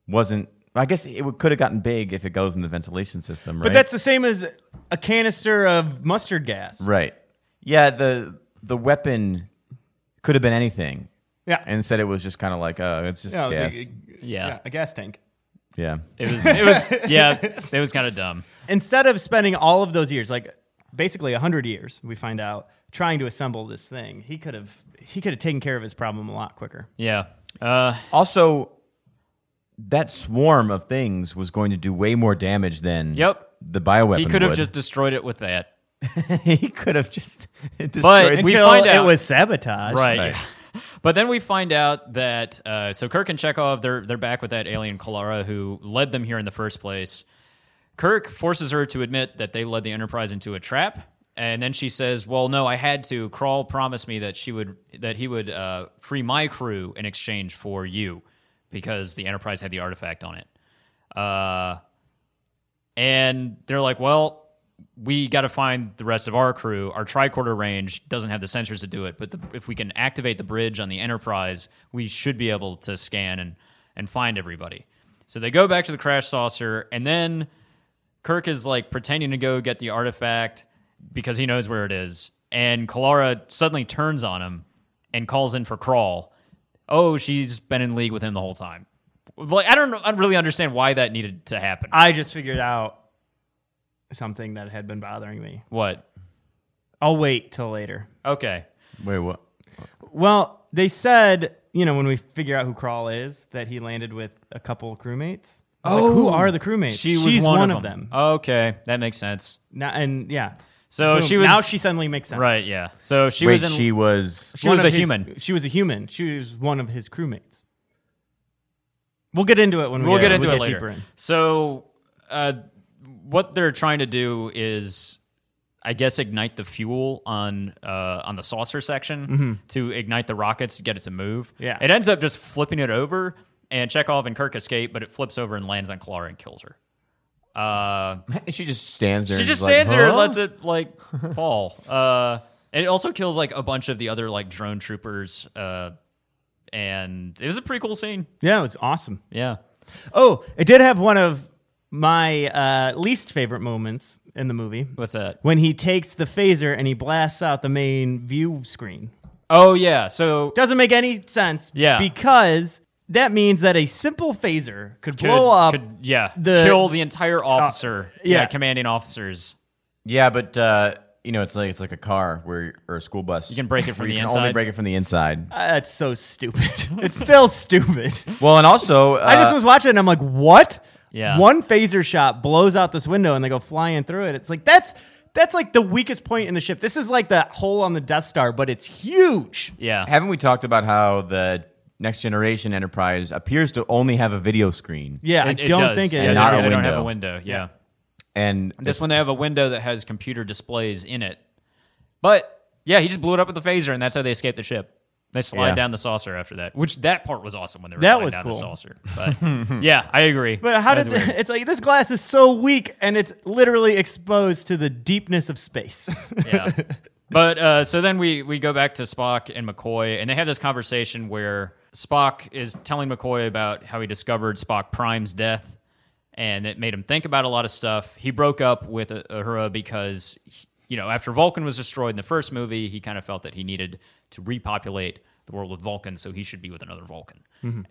Speaker 4: wasn't. I guess it would, could have gotten big if it goes in the ventilation system, right?
Speaker 3: But that's the same as a canister of mustard gas.
Speaker 4: right. Yeah the the weapon could have been anything.
Speaker 3: Yeah.
Speaker 4: And instead, it was just kind of like, oh, it's just
Speaker 3: Yeah, it
Speaker 4: gas.
Speaker 3: was like a-
Speaker 2: Yeah.
Speaker 3: yeah, a gas tank.
Speaker 4: yeah.
Speaker 2: It was it was [laughs] yeah, it was kind of dumb.
Speaker 3: Instead of spending all of those years, like basically 100 years, we find out, trying to assemble this thing, he could have he could have taken care of his problem a lot quicker.
Speaker 2: Yeah. Uh
Speaker 4: Also, that swarm of things was going to do way more damage than
Speaker 2: Yep.
Speaker 4: the bioweapon.
Speaker 2: he could have
Speaker 4: would.
Speaker 2: just destroyed it with that.
Speaker 4: [laughs] he could have just [laughs] destroyed.
Speaker 2: But- We
Speaker 3: Until
Speaker 2: find out-
Speaker 3: it was sabotage.
Speaker 2: Right. [laughs]
Speaker 4: Right.
Speaker 2: But then we find out that uh, so Kirk and Chekhov they're they're back with that alien Kalara who led them here in the first place. Kirk forces her to admit that they led the Enterprise into a trap, and then she says, "Well, no, I had to. Crawl promised me that she would that he would uh, free my crew in exchange for you, because the Enterprise had the artifact on it." Uh, and they're like, "Well, we got to find the rest of our crew. Our tricorder range doesn't have the sensors to do it, but the, if we can activate the bridge on the Enterprise, we should be able to scan and and find everybody." So they go back to the crash saucer, and then Kirk is like pretending to go get the artifact because he knows where it is, and Kalara suddenly turns on him and calls in for Crawl. Oh, she's been in league with him the whole time. Like I don't know, I don't really understand why that needed to happen.
Speaker 3: I just figured out something that had been bothering me.
Speaker 2: what?
Speaker 3: I'll wait till later.
Speaker 2: Okay.
Speaker 4: Wait, what?
Speaker 3: Well, they said, you know, when we figure out who Crawl is, that he landed with a couple of crewmates. I was like,
Speaker 2: Oh,
Speaker 3: who are the crewmates? She's of them.
Speaker 2: Okay, that makes sense.
Speaker 3: Now, and yeah.
Speaker 2: So
Speaker 3: Boom.
Speaker 2: she was
Speaker 3: now she suddenly makes sense.
Speaker 2: right. Yeah. So she
Speaker 4: Wait,
Speaker 2: was in. [laughs]
Speaker 4: she was. [laughs]
Speaker 2: she
Speaker 3: One
Speaker 2: was
Speaker 3: of
Speaker 2: a
Speaker 3: his-
Speaker 2: human.
Speaker 3: She was a human. She was one of his crewmates. We'll get into it when we
Speaker 2: We'll get into
Speaker 3: we
Speaker 2: it later.
Speaker 3: deeper in.
Speaker 2: So, uh, what they're trying to do is, I guess, ignite the fuel on uh, on the saucer section to ignite the rockets to get it to move.
Speaker 3: Mm-hmm. Yeah.
Speaker 2: It ends up just flipping it over, and Chekhov and Kirk escape, but it flips over and lands on Clara and kills her. Uh,
Speaker 4: She just stands there.
Speaker 2: She
Speaker 4: and
Speaker 2: just
Speaker 4: is like,
Speaker 2: stands there and
Speaker 4: "Huh?"
Speaker 2: lets it
Speaker 3: [laughs]
Speaker 2: like fall. Uh, and it also kills like a bunch of the other like drone troopers. Uh, and it was a pretty cool scene.
Speaker 3: Yeah, it was awesome.
Speaker 2: Yeah.
Speaker 3: Oh, it did have one of my uh, least favorite moments in the movie
Speaker 2: What's that?
Speaker 3: when he takes the phaser and he blasts out the main view screen.
Speaker 2: Oh yeah. So
Speaker 3: Doesn't make any sense.
Speaker 2: Yeah.
Speaker 3: Because that means that a simple phaser could, blow up.
Speaker 2: could- yeah.
Speaker 3: the- Uh,
Speaker 2: kill the entire officer. yeah.
Speaker 3: yeah.
Speaker 2: Commanding officers.
Speaker 4: Yeah, but uh, you know, it's like it's like a car where or a school bus. You
Speaker 2: can
Speaker 4: [laughs]
Speaker 2: break it from
Speaker 4: you
Speaker 2: the
Speaker 4: can Only
Speaker 2: inside.
Speaker 4: break it from the inside.
Speaker 3: Uh, That's so stupid. [laughs] it's still stupid.
Speaker 4: Well,
Speaker 2: [laughs]
Speaker 4: and also, uh,
Speaker 3: I just was watching and I'm like, what?
Speaker 2: Yeah.
Speaker 3: One phaser shot blows out this window and they go flying through it. It's like that's that's like the weakest point in the ship. This is like that hole on the Death Star, but it's huge.
Speaker 2: Yeah.
Speaker 4: Haven't we talked about how the next generation Enterprise appears to only have a video screen?
Speaker 3: Yeah,
Speaker 2: It-
Speaker 3: I
Speaker 2: it
Speaker 3: don't
Speaker 2: does.
Speaker 3: think it
Speaker 2: yeah,
Speaker 3: is.
Speaker 2: they
Speaker 4: Not
Speaker 2: don't-
Speaker 4: a
Speaker 2: they don't have a
Speaker 4: window.
Speaker 2: window. Yeah.
Speaker 4: And
Speaker 2: This one they have a window that has computer displays in it. But yeah, he just blew it up with the phaser, and that's how they escaped the ship. They slide
Speaker 4: Yeah.
Speaker 2: down the saucer after that, which that part was awesome when they were
Speaker 3: That
Speaker 2: sliding
Speaker 3: was
Speaker 2: down
Speaker 3: cool.
Speaker 2: the saucer. But yeah, I agree.
Speaker 3: [laughs] But how
Speaker 2: That
Speaker 3: did
Speaker 2: was weird.
Speaker 3: the, it's like this glass is so weak and it's literally exposed to the deepness of space. [laughs]
Speaker 2: yeah. [laughs] But uh, so then we we go back to Spock and McCoy, and they have this conversation where Spock is telling McCoy about how he discovered Spock Prime's death, and it made him think about a lot of stuff. He broke up with uh, Uhura because, you know, after Vulcan was destroyed in the first movie, he kind of felt that he needed to repopulate the world with Vulcan, so he should be with another Vulcan,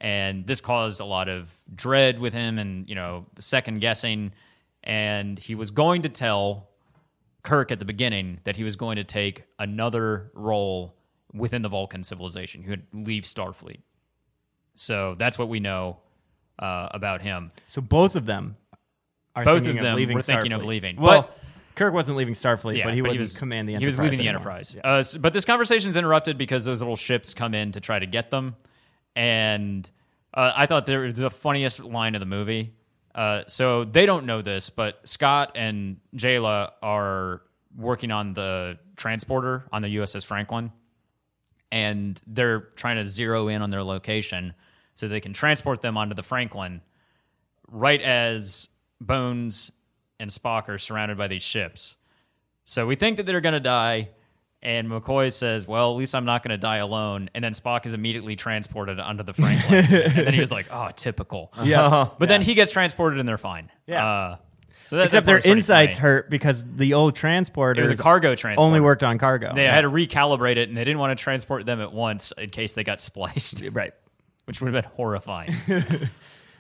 Speaker 2: and this caused a lot of dread with him, and you know, second guessing, and he was going to tell Kirk at the beginning that he was going to take another role within the Vulcan civilization. He would leave Starfleet. So that's what we know uh, about him.
Speaker 3: so both of them are
Speaker 2: Both
Speaker 3: thinking
Speaker 2: of them
Speaker 3: leaving
Speaker 2: were thinking of
Speaker 3: Starfleet.
Speaker 2: leaving,
Speaker 3: Well,
Speaker 2: but-
Speaker 3: Kirk wasn't leaving Starfleet,
Speaker 2: Yeah,
Speaker 3: but he
Speaker 2: but
Speaker 3: wouldn't
Speaker 2: he was
Speaker 3: command the
Speaker 2: He
Speaker 3: Enterprise.
Speaker 2: was leaving the
Speaker 3: anymore.
Speaker 2: Enterprise.
Speaker 3: Yeah.
Speaker 2: Uh, s- but this conversation's interrupted because those little ships come in to try to get them. And uh, I thought there was the funniest line of the movie. Uh, so they don't know this, but Scott and Jayla are working on the transporter on the USS Franklin, and they're trying to zero in on their location so they can transport them onto the Franklin. Right as Bones and Spock are surrounded by these ships, so we think that they're going to die. And McCoy says, Well, at least I'm not going to die alone. And then Spock is immediately transported onto the
Speaker 3: [laughs]
Speaker 2: Franklin. and then he was like, Oh, typical.
Speaker 3: Yeah.
Speaker 2: But then he gets transported and they're fine.
Speaker 3: Yeah.
Speaker 2: Uh, so that,
Speaker 3: Except
Speaker 2: that
Speaker 3: their
Speaker 2: part's pretty
Speaker 3: insides
Speaker 2: funny.
Speaker 3: hurt because the old transporter
Speaker 2: It was a cargo transport.
Speaker 3: only worked on cargo.
Speaker 2: They had to recalibrate it and they didn't want to transport them at once in case they got spliced,
Speaker 3: right.
Speaker 2: which would have been horrifying.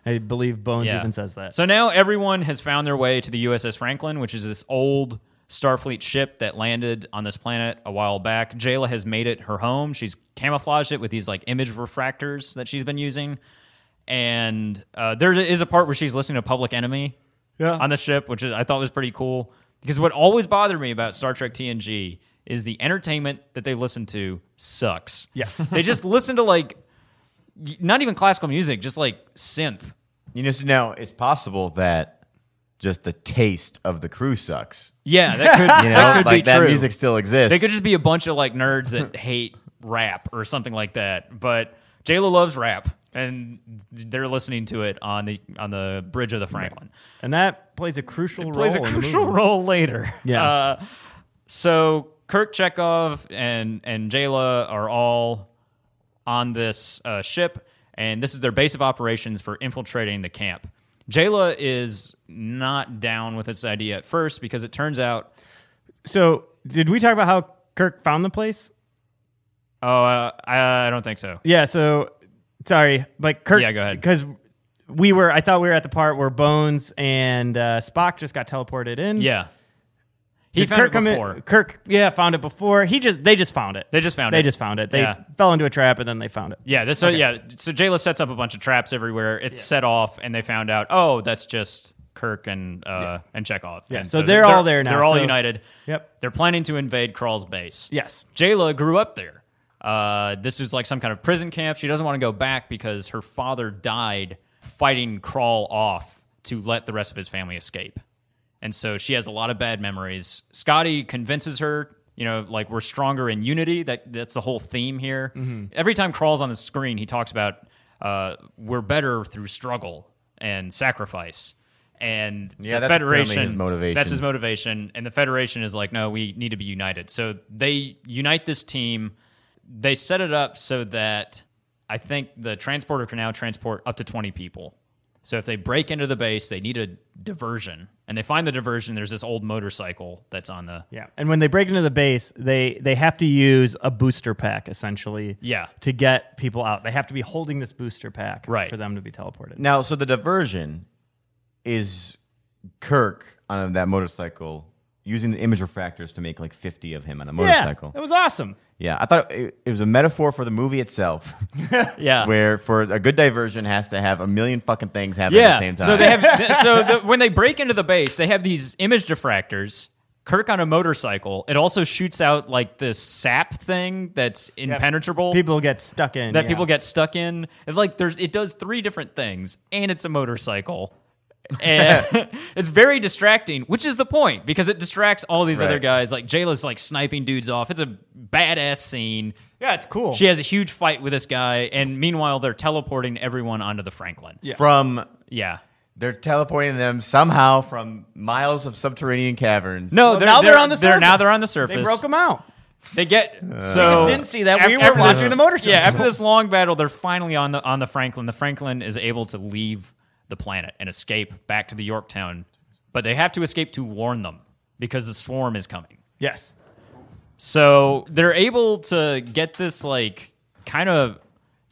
Speaker 3: I believe Bones
Speaker 2: Yeah.
Speaker 3: even says that.
Speaker 2: So now everyone has found their way to the USS Franklin, which is this old Starfleet ship that landed on this planet a while back. Jayla has made it her home. She's camouflaged it with these like image refractors that she's been using. And uh, there is a part where she's listening to Public Enemy on the ship, which is, I thought was pretty cool. Because what always bothered me about Star Trek TNG is the entertainment that they listen to sucks.
Speaker 3: Yes.
Speaker 2: they just listen to like y- not even classical music, just like synth.
Speaker 4: you just know it's possible that just the taste of the crew sucks.
Speaker 2: Yeah, that could,
Speaker 4: You know,
Speaker 2: that could
Speaker 4: like
Speaker 2: be
Speaker 4: that
Speaker 2: true.
Speaker 4: music still exists.
Speaker 2: They could just be a bunch of like nerds
Speaker 4: [laughs]
Speaker 2: that hate rap or something like that. But Jayla loves rap, and they're listening to it on the on the bridge of the Franklin.
Speaker 3: and that plays a crucial role.
Speaker 2: Plays a
Speaker 3: in the
Speaker 2: crucial
Speaker 3: movie.
Speaker 2: role later.
Speaker 3: Yeah.
Speaker 2: Uh, so Kirk Chekhov and and Jayla are all on this uh, ship, and this is their base of operations for infiltrating the camp. Jayla is not down with this idea at first because it turns out
Speaker 3: So, did we talk about how Kirk found the place?
Speaker 2: Oh, uh, I, I don't think so.
Speaker 3: Yeah, so sorry, but Kirk.
Speaker 2: Yeah, go ahead.
Speaker 3: Because we were, I thought we were at the part where Bones and uh, Spock just got teleported in.
Speaker 2: Yeah, he
Speaker 3: Did
Speaker 2: found
Speaker 3: Kirk
Speaker 2: it
Speaker 3: come in-
Speaker 2: before.
Speaker 3: Kirk, yeah, found it before. He just, they just found it.
Speaker 2: They just found
Speaker 3: They
Speaker 2: it.
Speaker 3: just found it. They
Speaker 2: Yeah.
Speaker 3: fell into a trap and then they found it.
Speaker 2: yeah, this, so yeah, so Jayla sets up a bunch of traps everywhere. It's set off, and they found out. Oh, that's just Kirk and uh, and Chekhov. Yeah,
Speaker 3: so they're all there now,
Speaker 2: They're all
Speaker 3: so-
Speaker 2: united.
Speaker 3: Yep.
Speaker 2: They're planning to invade Krall's base.
Speaker 3: Yes.
Speaker 2: Jayla grew up there. Uh, this is like some kind of prison camp. She doesn't want to go back because her father died fighting Crawl off to let the rest of his family escape. And so she has a lot of bad memories. Scotty convinces her, you know, like we're stronger in unity. That that's the whole theme here.
Speaker 4: Mm-hmm.
Speaker 2: Every time Crawl's on the screen, he talks about uh, we're better through struggle and sacrifice. And the
Speaker 4: Yeah, that's apparently
Speaker 2: Federation
Speaker 4: his motivation.
Speaker 2: That's his motivation motivation and the federation is like no we need to be united so they unite this team they set it up so that i think the transporter can now transport up to 20 people so if they break into the base they need a diversion and they find the diversion there's this old motorcycle that's on the
Speaker 3: Yeah. And when they break into the base, they they have to use a booster pack essentially.
Speaker 2: Yeah.
Speaker 3: To get people out, they have to be holding this booster pack
Speaker 2: Right.
Speaker 3: for them to be teleported.
Speaker 4: Now, so the diversion is Kirk on that motorcycle using the image refractors to make like 50 of him on a
Speaker 3: yeah,
Speaker 4: motorcycle.
Speaker 3: that was awesome.
Speaker 4: Yeah, I thought it, it was a metaphor for the
Speaker 2: [laughs]
Speaker 4: movie itself,
Speaker 2: yeah
Speaker 4: where for a good diversion has to have a million fucking things happen at the
Speaker 2: yeah
Speaker 4: same time.
Speaker 2: so they have so the, when they break into the base they have these image diffractors Kirk on a motorcycle. It also shoots out like this sap thing that's impenetrable
Speaker 3: People get stuck in.
Speaker 2: that
Speaker 3: yeah.
Speaker 2: people get stuck in. It's like there's it does three different things, and it's a
Speaker 3: [laughs]
Speaker 2: motorcycle. and [laughs] it's very distracting, which is the point because it distracts all these
Speaker 4: Right.
Speaker 2: other guys. Like Jayla's like sniping dudes off. It's a badass scene.
Speaker 3: Yeah, it's cool.
Speaker 2: She has a huge fight with this guy, and meanwhile they're teleporting everyone onto the Franklin. Yeah,
Speaker 4: [laughs] From
Speaker 2: yeah.
Speaker 4: they're teleporting them somehow from miles of subterranean caverns.
Speaker 2: No,
Speaker 3: Well,
Speaker 2: they're,
Speaker 3: now they're on the
Speaker 2: They're now
Speaker 3: surface.
Speaker 2: they're on the surface.
Speaker 3: they broke them out.
Speaker 2: They get so
Speaker 3: Uh, didn't see that. We
Speaker 2: af-
Speaker 3: were
Speaker 2: after
Speaker 3: watching the motorcycle.
Speaker 2: Yeah, after this long battle, they're finally on the on the Franklin. The Franklin is able to leave the planet and escape back to the Yorktown, but they have to escape to warn them because the swarm is coming.
Speaker 3: Yes.
Speaker 2: So they're able to get this like kind of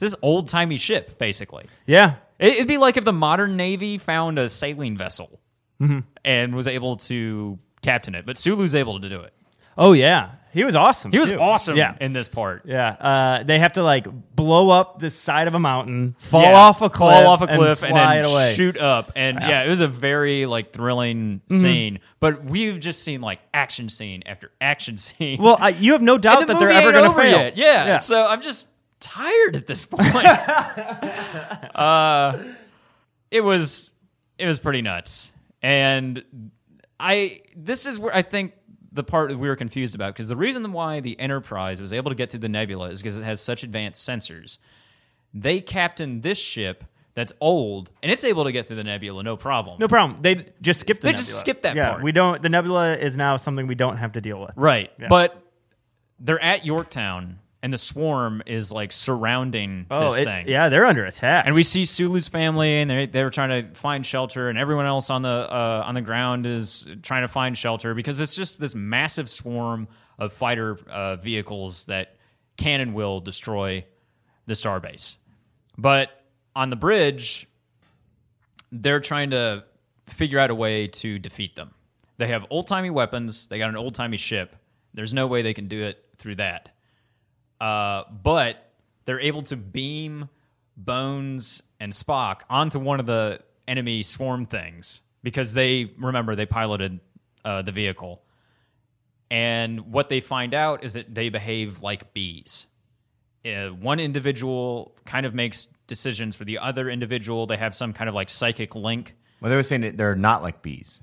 Speaker 2: this old timey ship basically.
Speaker 3: Yeah.
Speaker 2: It- It'd be like if the modern navy found a sailing vessel
Speaker 3: Mm-hmm.
Speaker 2: and was able to captain it, but Sulu's able to do it.
Speaker 3: Oh yeah. He was awesome.
Speaker 2: He was
Speaker 3: too.
Speaker 2: awesome
Speaker 3: Yeah.
Speaker 2: in this part.
Speaker 3: Yeah, uh, they have to like blow up the side of a mountain, fall
Speaker 2: Yeah.
Speaker 3: off a cliff,
Speaker 2: fall off a cliff, and,
Speaker 3: fly
Speaker 2: then
Speaker 3: it away.
Speaker 2: shoot up. And yeah, it was a very like thrilling
Speaker 3: Mm-hmm.
Speaker 2: scene. But we've just seen like action scene after action [laughs] scene.
Speaker 3: Well, I, you have no doubt
Speaker 2: And the
Speaker 3: that they're
Speaker 2: movie
Speaker 3: ever
Speaker 2: ain't
Speaker 3: going to
Speaker 2: over
Speaker 3: fail.
Speaker 2: yet. Yeah, So I'm just tired at this [laughs] point. uh, it was it was pretty nuts, and I this is where I think the part that we were confused about because the reason why the Enterprise was able to get through the nebula is because it has such advanced sensors. They captain this ship that's old, and it's able to get through the nebula, no problem.
Speaker 3: no problem. They just skip. The
Speaker 2: They
Speaker 3: nebula.
Speaker 2: just skipped that
Speaker 3: Yeah,
Speaker 2: part.
Speaker 3: we don't. The nebula is now something we don't have to deal with.
Speaker 2: Right.
Speaker 3: Yeah.
Speaker 2: But they're at Yorktown and the swarm is like surrounding
Speaker 3: Oh,
Speaker 2: this
Speaker 3: it-
Speaker 2: thing.
Speaker 3: yeah, they're under attack.
Speaker 2: And we see Sulu's family and they they were trying to find shelter and everyone else on the uh, on the ground is trying to find shelter because it's just this massive swarm of fighter uh, vehicles that can and will destroy the starbase. But on the bridge, they're trying to figure out a way to defeat them. They have old timey weapons. They got an old timey ship. There's no way they can do it through that. Uh, but they're able to beam Bones and Spock onto one of the enemy swarm things because they remember they piloted uh, the vehicle. And what they find out is that they behave like bees uh, one individual kind of makes decisions for the other individual. They have some kind of like psychic link.
Speaker 4: Well, they were saying that they're not like bees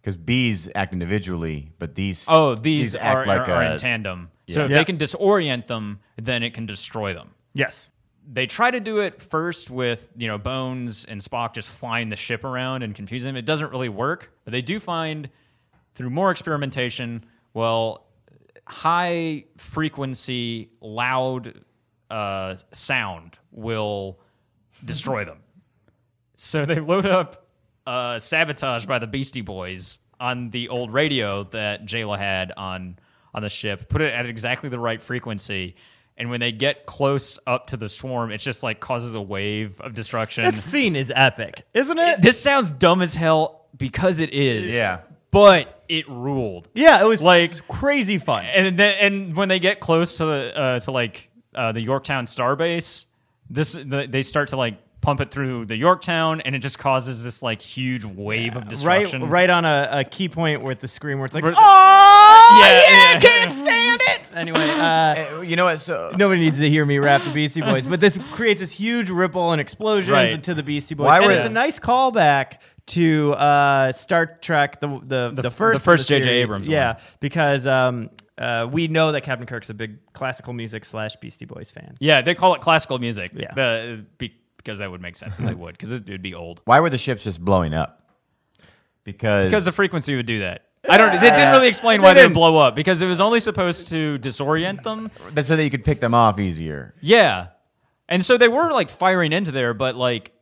Speaker 4: because bees act individually, but these
Speaker 2: Oh, these,
Speaker 4: act
Speaker 2: are,
Speaker 4: like
Speaker 2: are, are
Speaker 4: a-
Speaker 2: in tandem. So if
Speaker 3: Yeah.
Speaker 2: they can disorient them, then it can destroy them.
Speaker 3: yes.
Speaker 2: They try to do it first with you know Bones and Spock just flying the ship around and confusing them. It doesn't really work, but they do find through more experimentation, well, high frequency, loud uh, sound will destroy them. So they load up uh, "Sabotage" by the Beastie Boys on the old radio that Jayla had on on the ship. Put it at exactly the right frequency, and when they get close up to the swarm, it just like causes a wave of destruction.
Speaker 3: This scene is epic, isn't it?
Speaker 2: this sounds dumb as hell because it is.
Speaker 4: Yeah.
Speaker 2: but it ruled.
Speaker 3: yeah, it was
Speaker 2: like-
Speaker 3: like crazy fun.
Speaker 2: And then, and when they get close to the uh, to like uh, the Yorktown starbase, this the, they start to like pump it through the Yorktown, and it just causes this like huge wave of
Speaker 3: Right,
Speaker 2: destruction.
Speaker 3: right on a, a key point with the scream where it's like,
Speaker 2: Right-
Speaker 3: oh
Speaker 2: Yeah,
Speaker 3: yeah,
Speaker 2: yeah.
Speaker 3: I can't stand it. Anyway, uh,
Speaker 4: Uh, you know what? So
Speaker 3: nobody needs to hear me rap the Beastie Boys, but this creates this huge ripple and explosions
Speaker 2: Right.
Speaker 3: into the Beastie Boys.
Speaker 4: Why
Speaker 3: and
Speaker 4: were-
Speaker 3: it's a nice callback to uh, Star Trek, the the, the,
Speaker 2: the
Speaker 3: first
Speaker 2: first
Speaker 3: of the
Speaker 2: J.J.
Speaker 3: series.
Speaker 2: Abrams one.
Speaker 3: yeah, because um, uh, we know that Captain Kirk's a big classical music slash Beastie Boys fan.
Speaker 2: Yeah, they call it classical music.
Speaker 3: Yeah.
Speaker 2: The- be- because that would make sense, and they would because it would be
Speaker 3: [laughs]
Speaker 2: old.
Speaker 4: why were the ships just blowing up? Because
Speaker 2: Because the frequency would do that. I don't.
Speaker 3: Uh,
Speaker 2: They didn't really explain why they would blow up because it was only supposed to disorient them.
Speaker 4: that's so that you could pick them off easier.
Speaker 2: Yeah, and so they were like firing into there, but like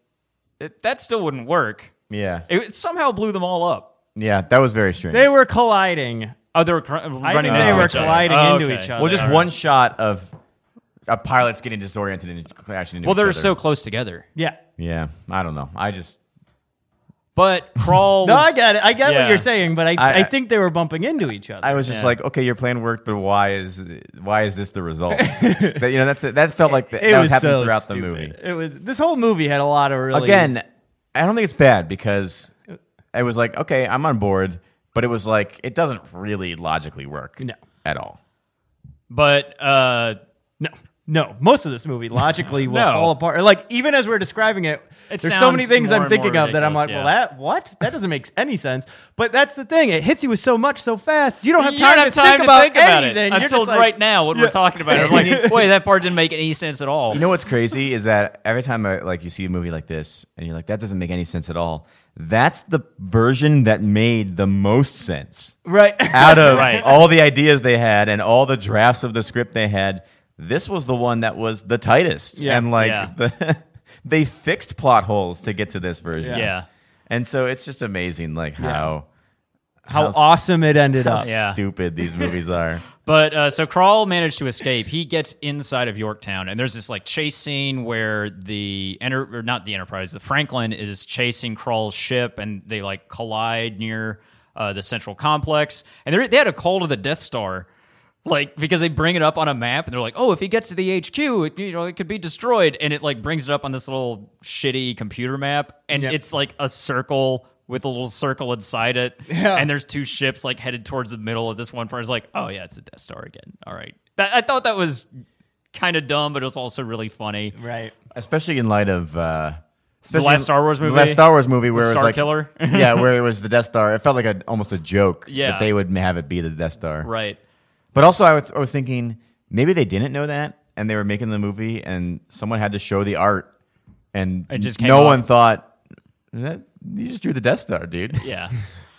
Speaker 2: it, that still wouldn't work.
Speaker 4: Yeah,
Speaker 2: It, it somehow blew them all up.
Speaker 4: yeah, that was very strange.
Speaker 3: They were colliding.
Speaker 2: Oh, they were cr- running
Speaker 3: I think
Speaker 2: into
Speaker 3: they were
Speaker 2: each other.
Speaker 3: colliding
Speaker 2: Oh,
Speaker 3: into
Speaker 2: okay.
Speaker 3: each other.
Speaker 4: well, just one shot of a pilot's getting disoriented and crashing into.
Speaker 2: Well, they're
Speaker 4: each
Speaker 2: so
Speaker 4: other.
Speaker 2: close together.
Speaker 3: yeah.
Speaker 4: Yeah, I don't know. I just
Speaker 2: But crawl.
Speaker 3: No,
Speaker 2: was-
Speaker 3: I get it. I get
Speaker 2: Yeah.
Speaker 3: what you're saying, but I, I,
Speaker 4: I-
Speaker 3: think they were bumping into each other.
Speaker 4: I was just like, okay, your plan worked, but why is why is this
Speaker 3: [laughs]
Speaker 4: the result? that, you know, that's that felt like that,
Speaker 3: it
Speaker 4: that
Speaker 3: was,
Speaker 4: was happening
Speaker 3: so
Speaker 4: throughout
Speaker 3: stupid.
Speaker 4: the movie.
Speaker 3: It was this whole movie had a lot of really
Speaker 4: Again, I don't think it's bad because I was like, okay, I'm on board. But it was like it doesn't really logically work
Speaker 3: No.
Speaker 4: at all.
Speaker 2: But uh,
Speaker 3: No. No, most of this
Speaker 2: [laughs]
Speaker 3: movie logically will
Speaker 2: No.
Speaker 3: fall apart. Like even as we're describing it,
Speaker 2: It
Speaker 3: there's so many
Speaker 2: sounds
Speaker 3: things
Speaker 2: more
Speaker 3: I'm
Speaker 2: and more
Speaker 3: thinking of that I'm like, well,
Speaker 2: ridiculous, yeah.
Speaker 3: that what? That doesn't make any sense. But that's the thing; it hits you with so much so fast. You don't have
Speaker 2: you
Speaker 3: time,
Speaker 2: don't have
Speaker 3: to,
Speaker 2: time
Speaker 3: think about
Speaker 2: to think about it
Speaker 3: anything. You're
Speaker 2: until
Speaker 3: just like-
Speaker 2: right now when we're talking about it. I'm
Speaker 3: [laughs]
Speaker 2: like, wait, that part didn't make any sense at all.
Speaker 4: You know what's crazy is that every time I, like you see a movie like this and you're like that doesn't make any sense at all. That's the version that made the most sense [laughs]
Speaker 3: right?
Speaker 4: out of
Speaker 2: Right.
Speaker 4: all the ideas they had and all the drafts of the script they had. This was the one that was the tightest
Speaker 3: Yeah.
Speaker 4: and like
Speaker 2: Yeah.
Speaker 4: the, [laughs] they fixed plot holes to get to this version.
Speaker 2: yeah.
Speaker 4: And so it's just amazing like how
Speaker 3: How
Speaker 4: s-
Speaker 3: awesome it ended up.
Speaker 2: Yeah.
Speaker 4: stupid these movies are.
Speaker 2: But uh, so Crawl managed to escape. He gets inside of Yorktown, and there's this like chase scene where the enter or not the Enterprise, the Franklin is chasing Crawl's ship, and they like collide near uh, the central complex. And they're- they had a call to the Death Star, like because they bring it up on a map, and they're like, "Oh, if he gets to the HQ, it, you know, it could be destroyed." And it like brings it up on this little shitty computer map, and
Speaker 3: Yep.
Speaker 2: it's like a circle. With a little circle inside it, and there's two ships like headed towards the middle of this one part. It's like, oh yeah, it's a Death Star again. All right, that, I thought that was kind of dumb, but it was also really funny.
Speaker 3: Right.
Speaker 4: especially in light of uh, especially
Speaker 2: last
Speaker 4: in-
Speaker 2: Star Wars
Speaker 4: The last
Speaker 2: movie?
Speaker 4: Star Wars movie where it was
Speaker 2: Star
Speaker 4: like
Speaker 2: Killer?
Speaker 4: [laughs] yeah, where it was the Death Star. It felt like a, almost a joke
Speaker 2: Yeah.
Speaker 4: that they would have it be the Death Star.
Speaker 2: Right.
Speaker 4: But also, I was, I was thinking maybe they didn't know that, and they were making the movie, and someone had to show the art, and
Speaker 2: It just came
Speaker 4: no
Speaker 2: off.
Speaker 4: one thought that you just drew the Death Star, dude.
Speaker 2: Yeah.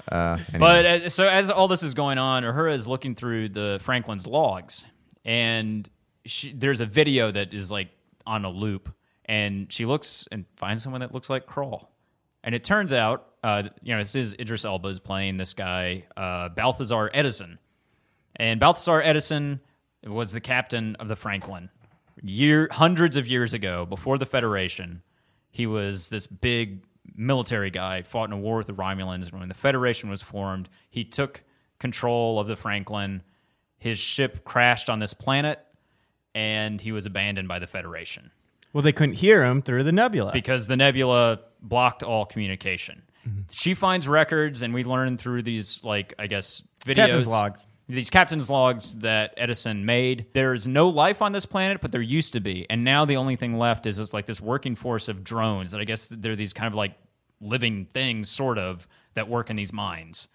Speaker 4: Uh, anyway.
Speaker 2: But uh, so as all this is going on, Uhura is looking through the Franklin's logs, and she, there's a video that is like on a loop, and she looks and finds someone that looks like Crawl, and it turns out, uh, you know, this is Idris Elba is playing this guy, uh, Balthazar Edison, and Balthazar Edison was the captain of the Franklin. Year hundreds of years ago, before the Federation, he was this big military guy, fought in a war with the Romulans, and when the Federation was formed, he took control of the Franklin. His ship crashed on this planet, and he was abandoned by the Federation
Speaker 3: Well, they couldn't hear him through the nebula.
Speaker 2: because the nebula blocked all communication. She finds records, and we learn through these, like I guess, videos,
Speaker 3: Captain's logs.
Speaker 2: these captain's logs that Edison made. There is no life on this planet, but there used to be, and now the only thing left is this like this working force of drones. And I guess they're these kind of like living things, sort of, that work in these mines.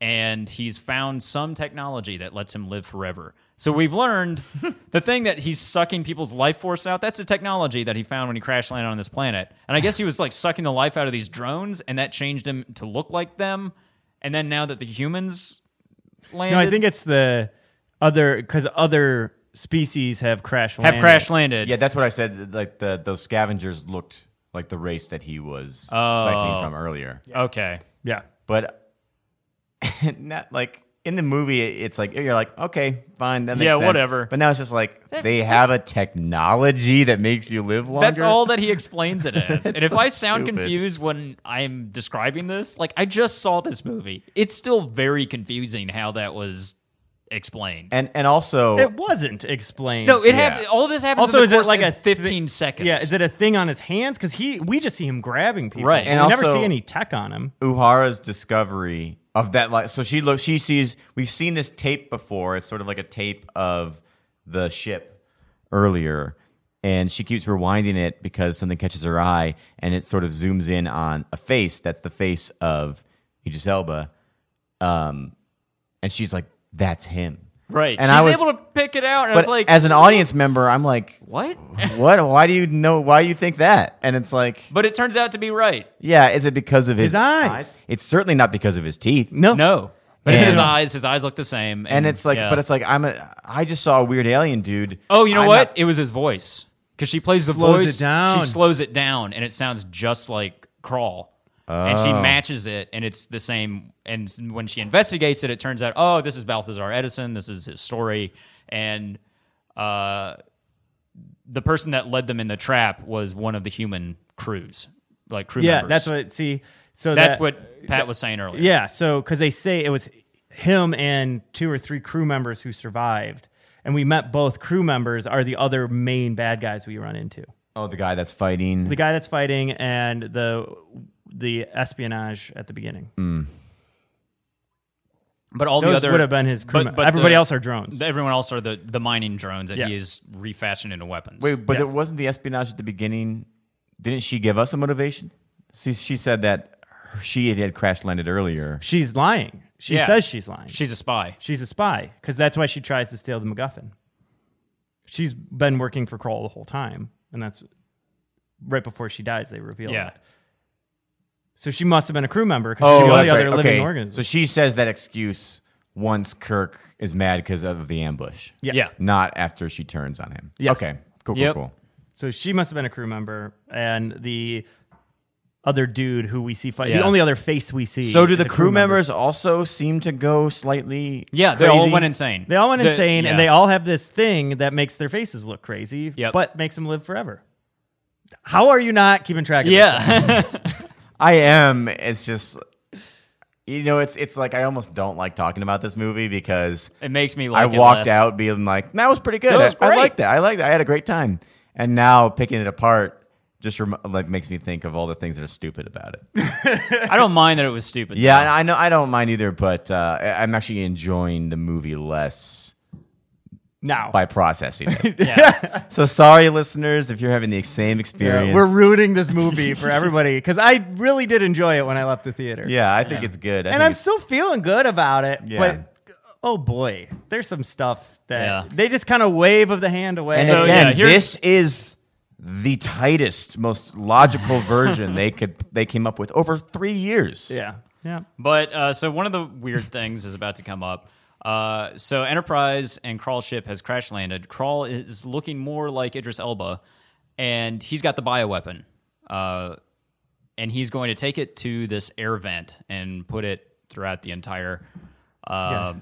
Speaker 2: And he's found some technology that lets him live forever. So we've
Speaker 3: [laughs]
Speaker 2: learned the thing that he's sucking people's life force out. That's the technology that he found when he crash landed on this planet. And I guess he was like sucking the life out of these drones, and that changed him to look like them. And then now that the humans landed,
Speaker 3: no, I think it's the other because other species have crash
Speaker 2: have
Speaker 3: landed.
Speaker 2: crash landed.
Speaker 4: [laughs] yeah, that's what I said. Like the those scavengers looked like the race that he was
Speaker 2: Oh.
Speaker 4: cycling from earlier.
Speaker 2: Okay.
Speaker 3: Yeah.
Speaker 4: but [laughs] not like in the movie it's like you're like okay fine that makes
Speaker 2: Yeah,
Speaker 4: sense.
Speaker 2: whatever.
Speaker 4: but now it's just like they have a technology that makes you live longer
Speaker 2: That's all that he explains
Speaker 4: [laughs]
Speaker 2: it as. and if
Speaker 4: so
Speaker 2: I sound
Speaker 4: stupid.
Speaker 2: confused when I'm describing this, like I just saw this movie. It's still very confusing how that was explained.
Speaker 4: and and also
Speaker 3: It wasn't explained.
Speaker 2: no, it
Speaker 4: Yeah.
Speaker 2: happened. All this happens.
Speaker 3: Also,
Speaker 2: in the
Speaker 3: is it
Speaker 2: course
Speaker 3: like
Speaker 2: of
Speaker 3: a thi-
Speaker 2: 15 seconds?
Speaker 3: Yeah, is it a thing on his hands? Because he, we just see him grabbing people,
Speaker 2: Right.
Speaker 3: And
Speaker 4: And
Speaker 3: we never
Speaker 4: also-
Speaker 3: see any tech on him.
Speaker 4: uhara's discovery of that like so she looks she sees we've seen this tape before it's sort of like a tape of the ship earlier and she keeps rewinding it because something catches her eye and it sort of zooms in on a face that's the face of Idris Elba um and she's like that's him
Speaker 2: Right.
Speaker 4: And
Speaker 2: She's
Speaker 4: I was-
Speaker 2: able to pick it out, and I
Speaker 4: but
Speaker 2: was like,
Speaker 4: as an audience member I'm like
Speaker 2: what? [laughs]
Speaker 4: what why do you know why you think that and it's like
Speaker 2: But it turns out to be
Speaker 4: [laughs]
Speaker 2: right.
Speaker 4: yeah is it because of his,
Speaker 3: His eyes.
Speaker 4: it's certainly not because of his teeth
Speaker 3: No,
Speaker 2: No. But it's
Speaker 4: And-
Speaker 2: his eyes. His eyes look the same.
Speaker 4: and it's like,
Speaker 2: Mm, yeah.
Speaker 4: but it's like I'm a. I just saw a weird alien dude.
Speaker 2: Oh, you know
Speaker 4: I'm
Speaker 2: what?
Speaker 4: not-
Speaker 2: it was his voice because she plays the
Speaker 3: Slows it
Speaker 2: voice.
Speaker 3: down.
Speaker 2: She slows it down, and it sounds just like Crawl. And
Speaker 4: Oh.
Speaker 2: she matches it, and it's the same. And s- when she investigates it, it turns out, oh, this is Balthazar Edison. This is his story, and uh, the person that led them in the trap was one of the human crews, like crew
Speaker 3: yeah,
Speaker 2: members.
Speaker 3: that's what. See, so
Speaker 2: that's
Speaker 3: that-
Speaker 2: what Pat was saying earlier.
Speaker 3: Yeah, so because they say it was him and two or three crew members who survived, and we met both crew members are the other main bad guys we run into.
Speaker 4: Oh, the guy that's fighting.
Speaker 3: The guy that's fighting and the the espionage at the beginning.
Speaker 2: But all
Speaker 3: Those
Speaker 2: Mm. the other
Speaker 3: would have been his crew mem- everybody else are drones.
Speaker 2: Everyone else are the, the mining drones that
Speaker 3: Yeah.
Speaker 2: he is refashioned into weapons.
Speaker 4: Wait, but it wasn't the espionage at the beginning. Didn't she give us a motivation? She, she said that she had, had crash landed earlier.
Speaker 3: She's lying. She
Speaker 2: Yeah.
Speaker 3: says she's lying.
Speaker 2: she's a spy.
Speaker 3: she's a spy because that's why she tries to steal the MacGuffin. She's been working for Kroll the whole time, and that's right before she dies. They reveal.
Speaker 2: Yeah.
Speaker 3: that. So she must have been a crew member
Speaker 2: Oh,
Speaker 3: because
Speaker 4: Oh,
Speaker 3: she's the only other living organism.
Speaker 4: So she says that excuse once Kirk is mad because of the ambush.
Speaker 3: Yes.
Speaker 2: Yeah.
Speaker 4: Not after she turns on him.
Speaker 3: Yes.
Speaker 4: Okay. Cool,
Speaker 2: Yep.
Speaker 4: cool, cool.
Speaker 3: So she must have been a crew member, and the other dude who we see fight,
Speaker 2: Yeah.
Speaker 3: the only other face we see.
Speaker 4: So do
Speaker 3: is
Speaker 4: the
Speaker 3: a
Speaker 4: crew
Speaker 3: member.
Speaker 4: members also seem to go slightly
Speaker 2: Yeah, they all
Speaker 4: crazy?
Speaker 2: went insane.
Speaker 3: They all went
Speaker 2: The-
Speaker 3: insane,
Speaker 2: yeah.
Speaker 3: and they all have this thing that makes their faces look crazy,
Speaker 2: Yep.
Speaker 3: but makes them live forever. How are you not keeping track of this?
Speaker 2: [laughs] Yeah.
Speaker 4: [laughs] I am. It's just you know, it's it's like I almost don't like talking about this movie because
Speaker 2: it makes me like
Speaker 4: I
Speaker 2: it
Speaker 4: walked
Speaker 2: less.
Speaker 4: out being like, that was pretty good.
Speaker 2: That was
Speaker 4: I, I
Speaker 2: great."
Speaker 4: like that. I like that. I had a great time. And now picking it apart just rem- like makes me think of all the things that are stupid about
Speaker 2: [laughs]
Speaker 4: it.
Speaker 2: I don't mind that it was stupid.
Speaker 4: yeah, and I know I don't mind either, but uh, I- I'm actually enjoying the movie less
Speaker 3: Now
Speaker 4: by processing it.
Speaker 2: [laughs] Yeah.
Speaker 4: [laughs] so sorry, listeners, if you're having the same experience.
Speaker 3: we're ruining this movie for everybody because I really did enjoy it when I left the theater.
Speaker 4: yeah, I think it's good. I
Speaker 3: and
Speaker 4: think
Speaker 3: I'm
Speaker 4: it's-
Speaker 3: still feeling good about it.
Speaker 4: Yeah.
Speaker 3: But oh boy, there's some stuff that
Speaker 2: Yeah.
Speaker 3: they just kind of wave of the hand away.
Speaker 4: And
Speaker 2: So, yeah,
Speaker 4: again,
Speaker 2: here's-
Speaker 4: this is the tightest, most logical version they could they came up with over three years.
Speaker 3: yeah, yeah.
Speaker 2: But uh, so one of the weird things is about to come up. Uh, so Enterprise and Crawl ship has crash landed. Crawl is looking more like Idris Elba, and he's got the bioweapon. Uh, and he's going to take it to this air vent and put it throughout the entire. Uh,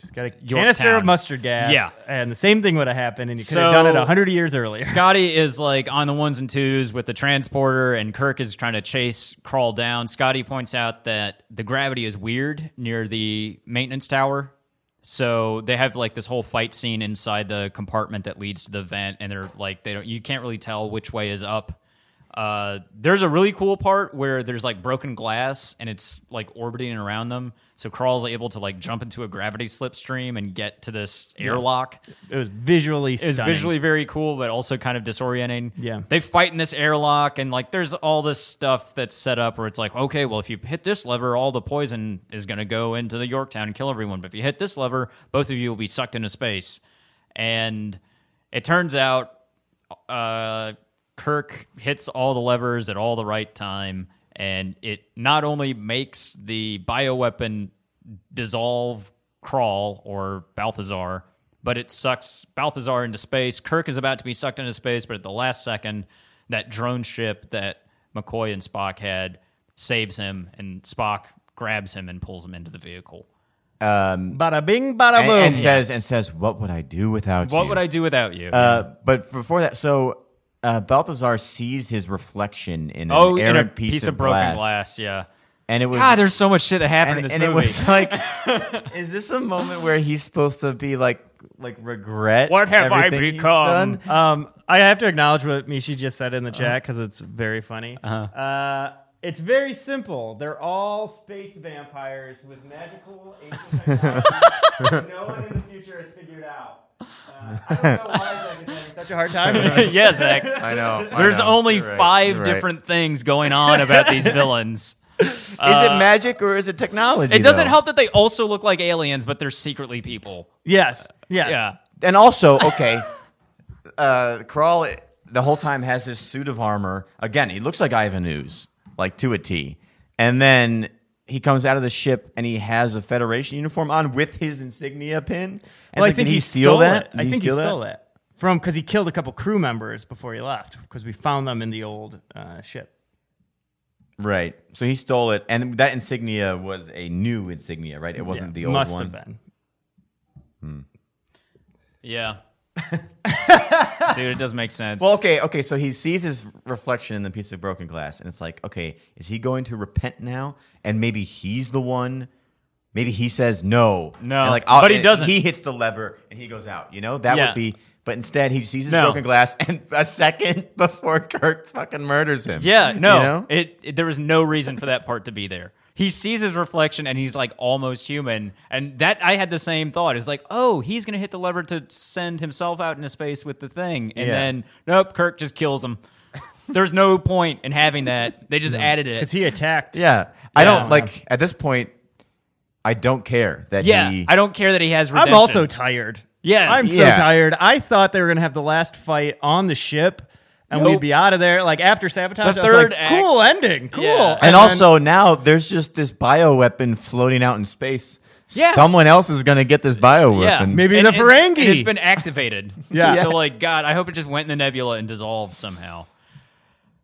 Speaker 3: Just got a canister of
Speaker 2: Yorktown.
Speaker 3: mustard gas.
Speaker 2: Yeah.
Speaker 3: and the same thing would have happened, and you could have
Speaker 2: So-
Speaker 3: done it hundred years earlier.
Speaker 2: Scotty is like on the ones and twos with the transporter, and Kirk is trying to chase crawl down. Scotty points out that the gravity is weird near the maintenance tower. So they have like this whole fight scene inside the compartment that leads to the vent, and they're like they don't you can't really tell which way is up. Uh, there's a really cool part where there's like broken glass and it's like orbiting around them. So Crawl's able to like jump into a gravity slipstream and get to this airlock.
Speaker 3: It was visually
Speaker 2: It's
Speaker 3: stunning.
Speaker 2: visually very cool, but also kind of disorienting.
Speaker 3: Yeah.
Speaker 2: They fight in this airlock, and like there's all this stuff that's set up where it's like, okay, well, if you hit this lever, all the poison is going to go into the Yorktown and kill everyone. But if you hit this lever, both of you will be sucked into space. And it turns out uh, Kirk hits all the levers at all the right time, and it not only makes the bioweapon dissolve Crawl or Balthazar, but it sucks Balthazar into space. Kirk is about to be sucked into space, but at the last second, that drone ship that McCoy and Spock had saves him, and Spock grabs him and pulls him into the vehicle.
Speaker 3: bada bing, bada
Speaker 4: And,
Speaker 3: boom.
Speaker 4: and says and says, "What would I do without you?"
Speaker 2: What would I do without you?
Speaker 4: Uh, but before that, so uh, Balthazar sees his reflection in an
Speaker 2: oh, in
Speaker 4: errant
Speaker 2: a
Speaker 4: piece, of,
Speaker 2: broken
Speaker 4: glass,
Speaker 2: glass. Yeah.
Speaker 4: and it was
Speaker 2: God, there's so much shit that happened
Speaker 4: and,
Speaker 2: in this
Speaker 4: and
Speaker 2: movie.
Speaker 4: it
Speaker 2: [laughs]
Speaker 4: was like, is this a moment where he's supposed to be like like regret?
Speaker 2: What have I
Speaker 4: everything he's
Speaker 2: become?
Speaker 4: done?
Speaker 3: Um, I have to acknowledge what Mishi just said in the chat because it's very funny. Uh-huh. it's very simple. They're all space vampires with magical ancient [laughs] technology. no one in the future has figured out. Uh, I don't know why Zach is having such a hard time. with
Speaker 4: [laughs]
Speaker 3: us.
Speaker 2: yeah, Zach.
Speaker 4: I know. I
Speaker 2: There's
Speaker 4: know.
Speaker 2: only
Speaker 4: You're right.
Speaker 2: five
Speaker 4: You're right.
Speaker 2: different things going on about
Speaker 4: [laughs]
Speaker 2: these villains.
Speaker 4: Is it magic or is it technology?
Speaker 2: Uh, It doesn't
Speaker 4: though?
Speaker 2: help that they also look like aliens, but they're secretly people.
Speaker 3: Yes. Yes.
Speaker 2: Yeah.
Speaker 4: And also, okay, [laughs] uh, Kral the whole time has this suit of armor. Again, he looks like Ivan Ooze, like to a T. And then he comes out of the ship and he has a Federation uniform on with his insignia pin. And it's
Speaker 3: Well, I
Speaker 4: like,
Speaker 3: think
Speaker 4: did
Speaker 3: he
Speaker 4: steal
Speaker 3: stole
Speaker 4: that.
Speaker 3: it. I
Speaker 4: Did
Speaker 3: think he
Speaker 4: steal that?
Speaker 3: stole it from because he killed a couple crew members before he left because we found them in the old uh, ship.
Speaker 4: Right. So he stole it, and that insignia was a new insignia, right? It wasn't the old
Speaker 3: Must
Speaker 4: one.
Speaker 3: have been.
Speaker 2: Yeah.
Speaker 4: [laughs]
Speaker 2: Dude, it does make sense.
Speaker 4: Well, okay, okay. So he sees his reflection in the piece of broken glass, and it's like, okay, is he going to repent now? And maybe he's the one. Maybe he says no,
Speaker 2: No,
Speaker 4: And like,
Speaker 2: but he
Speaker 4: and
Speaker 2: doesn't.
Speaker 4: He hits the lever and he goes out. You know that
Speaker 2: Yeah.
Speaker 4: would be. But instead, he sees his
Speaker 2: No.
Speaker 4: broken glass, and [laughs] a second before Kirk fucking murders him.
Speaker 2: yeah, no.
Speaker 4: You know?
Speaker 2: It, it- there was no reason for that part to be there. he sees his reflection and he's like almost human. And that I had the same thought. It's like, oh, he's gonna hit the lever to send himself out into space with the thing, and
Speaker 4: Yeah.
Speaker 2: then nope, Kirk just kills him. There's no point in having that. They just added
Speaker 3: because
Speaker 2: it.
Speaker 3: he attacked.
Speaker 4: Yeah. I
Speaker 2: Yeah.
Speaker 4: don't like at this point. I don't care that
Speaker 2: yeah,
Speaker 4: he.
Speaker 2: I don't care that he has. Redemption.
Speaker 3: I'm also tired.
Speaker 2: Yeah.
Speaker 3: [laughs] I'm so
Speaker 4: Yeah.
Speaker 3: tired. I thought they were gonna have the last fight on the ship, and
Speaker 2: Nope.
Speaker 3: we'd be out of there. Like after sabotage,
Speaker 2: The
Speaker 3: I was like,
Speaker 2: third act-
Speaker 3: cool ending, cool.
Speaker 2: Yeah.
Speaker 3: then-
Speaker 4: and, also now there's just this bioweapon floating out in space.
Speaker 2: Yeah.
Speaker 4: Someone else is going to get this bioweapon.
Speaker 2: yeah,
Speaker 3: Maybe the
Speaker 2: it's- and
Speaker 3: Ferengi.
Speaker 2: it's been
Speaker 3: [laughs]
Speaker 2: activated. [laughs]
Speaker 3: Yeah.
Speaker 2: So like, God, I hope it just went in the nebula and dissolved somehow. [sighs]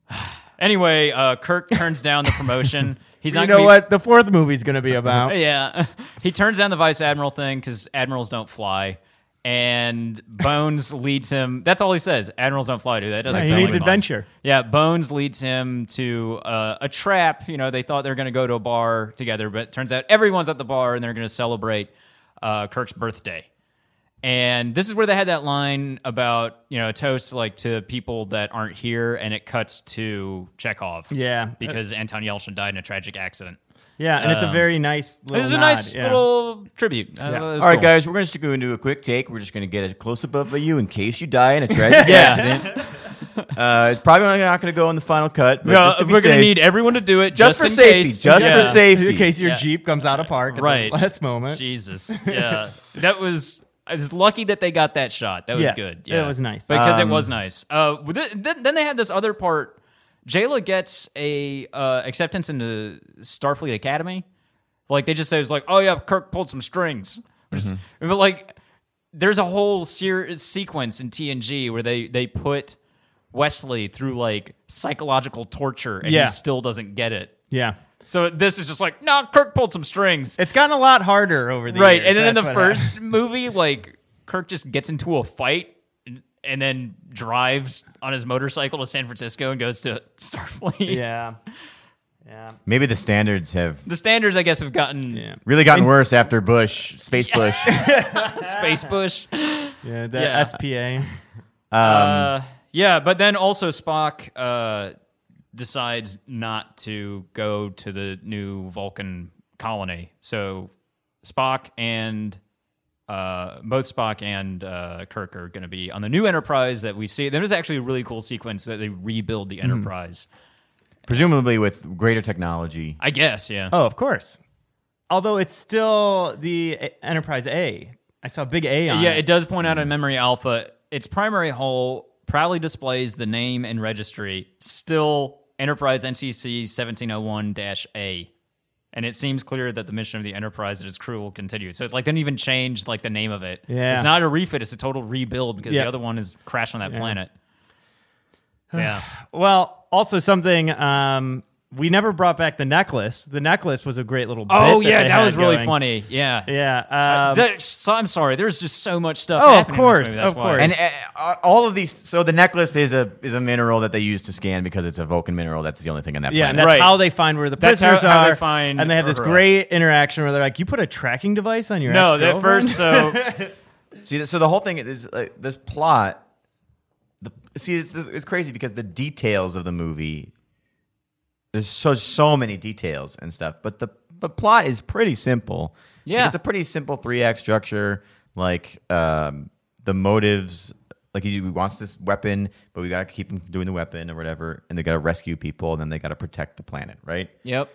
Speaker 2: anyway, uh, Kirk turns down the
Speaker 3: [laughs]
Speaker 2: promotion. He's not
Speaker 3: you
Speaker 2: gonna
Speaker 3: know
Speaker 2: be-
Speaker 3: what the fourth movie's gonna
Speaker 2: [laughs]
Speaker 3: be [laughs] about.
Speaker 2: Yeah. He turns down the vice admiral thing because admirals don't fly. And Bones [laughs] leads him. That's all he says. Admirals don't fly, dude. That doesn't.
Speaker 3: He
Speaker 2: sound
Speaker 3: needs
Speaker 2: like Bones.
Speaker 3: adventure.
Speaker 2: Yeah, Bones leads him to uh, a trap. You know, they thought they were going to go to a bar together, but it turns out everyone's at the bar and they're going to celebrate uh, Kirk's birthday. And this is where they had that line about you know a toast like to people that aren't here, and it cuts to Chekhov.
Speaker 3: Yeah.
Speaker 2: because Anton Yelchin died in a tragic accident.
Speaker 3: Yeah, and it's a
Speaker 2: Um,
Speaker 3: very nice. Little
Speaker 2: This is a
Speaker 3: nod,
Speaker 2: nice
Speaker 3: yeah.
Speaker 2: little tribute. Uh,
Speaker 3: Yeah.
Speaker 2: that was
Speaker 4: All right,
Speaker 2: cool.
Speaker 4: guys, we're going to go into a quick take. We're just going to get a close up of you in case you die in a tragic accident. Uh, it's probably not going to go in the final cut, but
Speaker 2: No,
Speaker 4: just to be
Speaker 2: we're going to
Speaker 4: safe.
Speaker 2: need everyone to do it
Speaker 4: Just
Speaker 2: just,
Speaker 4: for
Speaker 2: in
Speaker 4: safety,
Speaker 2: case.
Speaker 4: just for
Speaker 2: Yeah.
Speaker 4: safety.
Speaker 3: In case your
Speaker 2: Yeah.
Speaker 3: jeep comes out of park at
Speaker 2: Right.
Speaker 3: the last moment.
Speaker 2: Jesus. Yeah. that was. I was lucky that they got that shot. That was
Speaker 3: Yeah,
Speaker 2: good.
Speaker 3: it
Speaker 2: Yeah.
Speaker 3: was nice. Um,
Speaker 2: Because it was nice. Uh, with it- then, then they had this other part. Jayla gets a uh, acceptance into Starfleet Academy. Like they just say, it's like, oh yeah, Kirk pulled some strings. Which is-
Speaker 3: Mm-hmm.
Speaker 2: But like, there's a whole ser- sequence in TNG where they they put Wesley through like psychological torture and
Speaker 3: Yeah.
Speaker 2: he still doesn't get it.
Speaker 3: Yeah,
Speaker 2: So this is just like, no, Kirk pulled some strings
Speaker 3: it's gotten a lot harder over the
Speaker 2: right
Speaker 3: years.
Speaker 2: and then in
Speaker 3: That's
Speaker 2: the
Speaker 3: what happened. [laughs]
Speaker 2: first movie like kirk just gets into a fight and- and then drives on his motorcycle to san francisco and goes to [laughs] starfleet
Speaker 3: yeah, yeah,
Speaker 4: Maybe the standards have
Speaker 2: the standards i guess have gotten
Speaker 3: yeah,
Speaker 4: really gotten worse after Bush, Space Bush.
Speaker 2: space bush
Speaker 3: yeah. The
Speaker 2: Yeah.
Speaker 3: SPA.
Speaker 2: uh, yeah but then also spock uh, decides not to go to the new vulcan colony so spock and uh, both Spock and uh, Kirk are going to be on the new Enterprise that we see. There is actually a really cool sequence that they rebuild the Enterprise.
Speaker 4: presumably with greater technology.
Speaker 2: I guess, yeah.
Speaker 3: Oh, of course. Although it's still the A- Enterprise A. I saw a big A on
Speaker 2: yeah,
Speaker 3: it.
Speaker 2: it does point
Speaker 3: Mm-hmm.
Speaker 2: out in Memory Alpha, its primary hull proudly displays the name and registry, still Enterprise NCC 1701 A. And it seems clear that the mission of the Enterprise and its crew will continue. So it like didn't even change like the name of it.
Speaker 3: Yeah.
Speaker 2: It's not a refit, it's a total rebuild because
Speaker 3: Yeah.
Speaker 2: the other one is crashed on that
Speaker 3: [sighs]
Speaker 2: planet. Yeah.
Speaker 3: Well, also something um, we never brought back the necklace. The necklace was a great little. Bit
Speaker 2: oh
Speaker 3: that
Speaker 2: yeah,
Speaker 3: they
Speaker 2: that
Speaker 3: had
Speaker 2: was really Uh,
Speaker 3: going.
Speaker 2: funny. Yeah.
Speaker 3: Yeah. Um,
Speaker 2: There- so- I'm sorry. There's just so much stuff.
Speaker 3: Oh, of
Speaker 2: happening in this
Speaker 3: course,
Speaker 2: movie, that's
Speaker 3: of
Speaker 2: why.
Speaker 3: course.
Speaker 4: And uh, all of these, so the necklace is a is a mineral that they use to scan because it's a Vulcan mineral. That's the only thing on that
Speaker 3: yeah, and
Speaker 4: planet.
Speaker 3: that's
Speaker 2: Right.
Speaker 3: how they find where the
Speaker 2: That's how-
Speaker 3: prisoners
Speaker 2: how
Speaker 3: are.
Speaker 2: they find
Speaker 3: and they have this
Speaker 2: her.
Speaker 3: great interaction where they're like, "You put a tracking device on your
Speaker 2: no, that
Speaker 3: ex-girlfriend?"
Speaker 2: first. So
Speaker 4: See, so the whole thing is like this plot. The, see, it's, it's crazy because the details of the movie. There's so so many details and stuff, but the the plot is pretty simple. Like,
Speaker 2: Yeah.
Speaker 4: it's a pretty simple three act structure. Like um, the motives, like he wants this weapon, but we gotta keep him from doing the weapon or whatever, and they gotta rescue people, and then they gotta protect the planet, right?
Speaker 2: yep.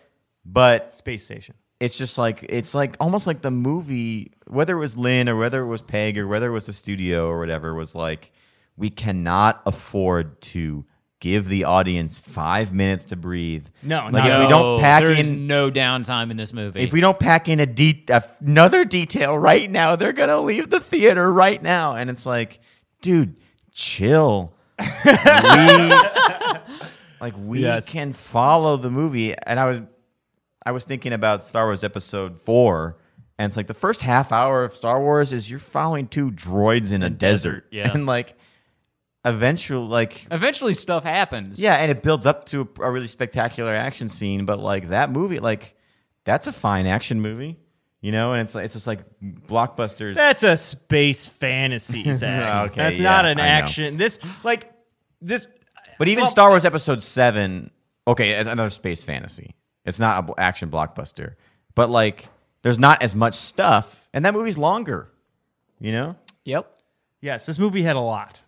Speaker 3: [laughs]
Speaker 4: But
Speaker 3: space station.
Speaker 4: it's just like it's like almost like the movie whether it was lynn or whether it was peg or whether it was the studio or whatever was like we cannot afford to give the audience five minutes to breathe
Speaker 3: No,
Speaker 4: like
Speaker 3: not
Speaker 4: if
Speaker 3: at
Speaker 4: we don't pack
Speaker 2: there's
Speaker 4: in
Speaker 2: no downtime in this movie.
Speaker 4: if we don't pack in a de- another detail right now they're gonna leave the theater right now and it's like dude chill we, like we
Speaker 3: Yes.
Speaker 4: can follow the movie and i was i was thinking about star wars episode 4 and it's like the first half hour of star wars is you're following two droids in a desert,
Speaker 2: yeah.
Speaker 4: [laughs] and like eventually like
Speaker 2: Eventually, stuff happens.
Speaker 4: yeah, and it builds up to a, a really spectacular action scene, but like that movie, like that's a fine action movie, you know. And it's like it's just like blockbusters.
Speaker 3: That's a
Speaker 2: [laughs]
Speaker 3: space fantasy section.
Speaker 4: Okay,
Speaker 3: That's
Speaker 4: yeah,
Speaker 3: not an
Speaker 4: I know.
Speaker 3: action. This like this.
Speaker 4: but even
Speaker 3: well-
Speaker 4: Star Wars Episode Seven, okay, it's another space fantasy. It's not a bl- action blockbuster, but like there's not as much stuff, and that movie's longer. You know?
Speaker 2: Yep.
Speaker 3: Yes, this movie had a lot.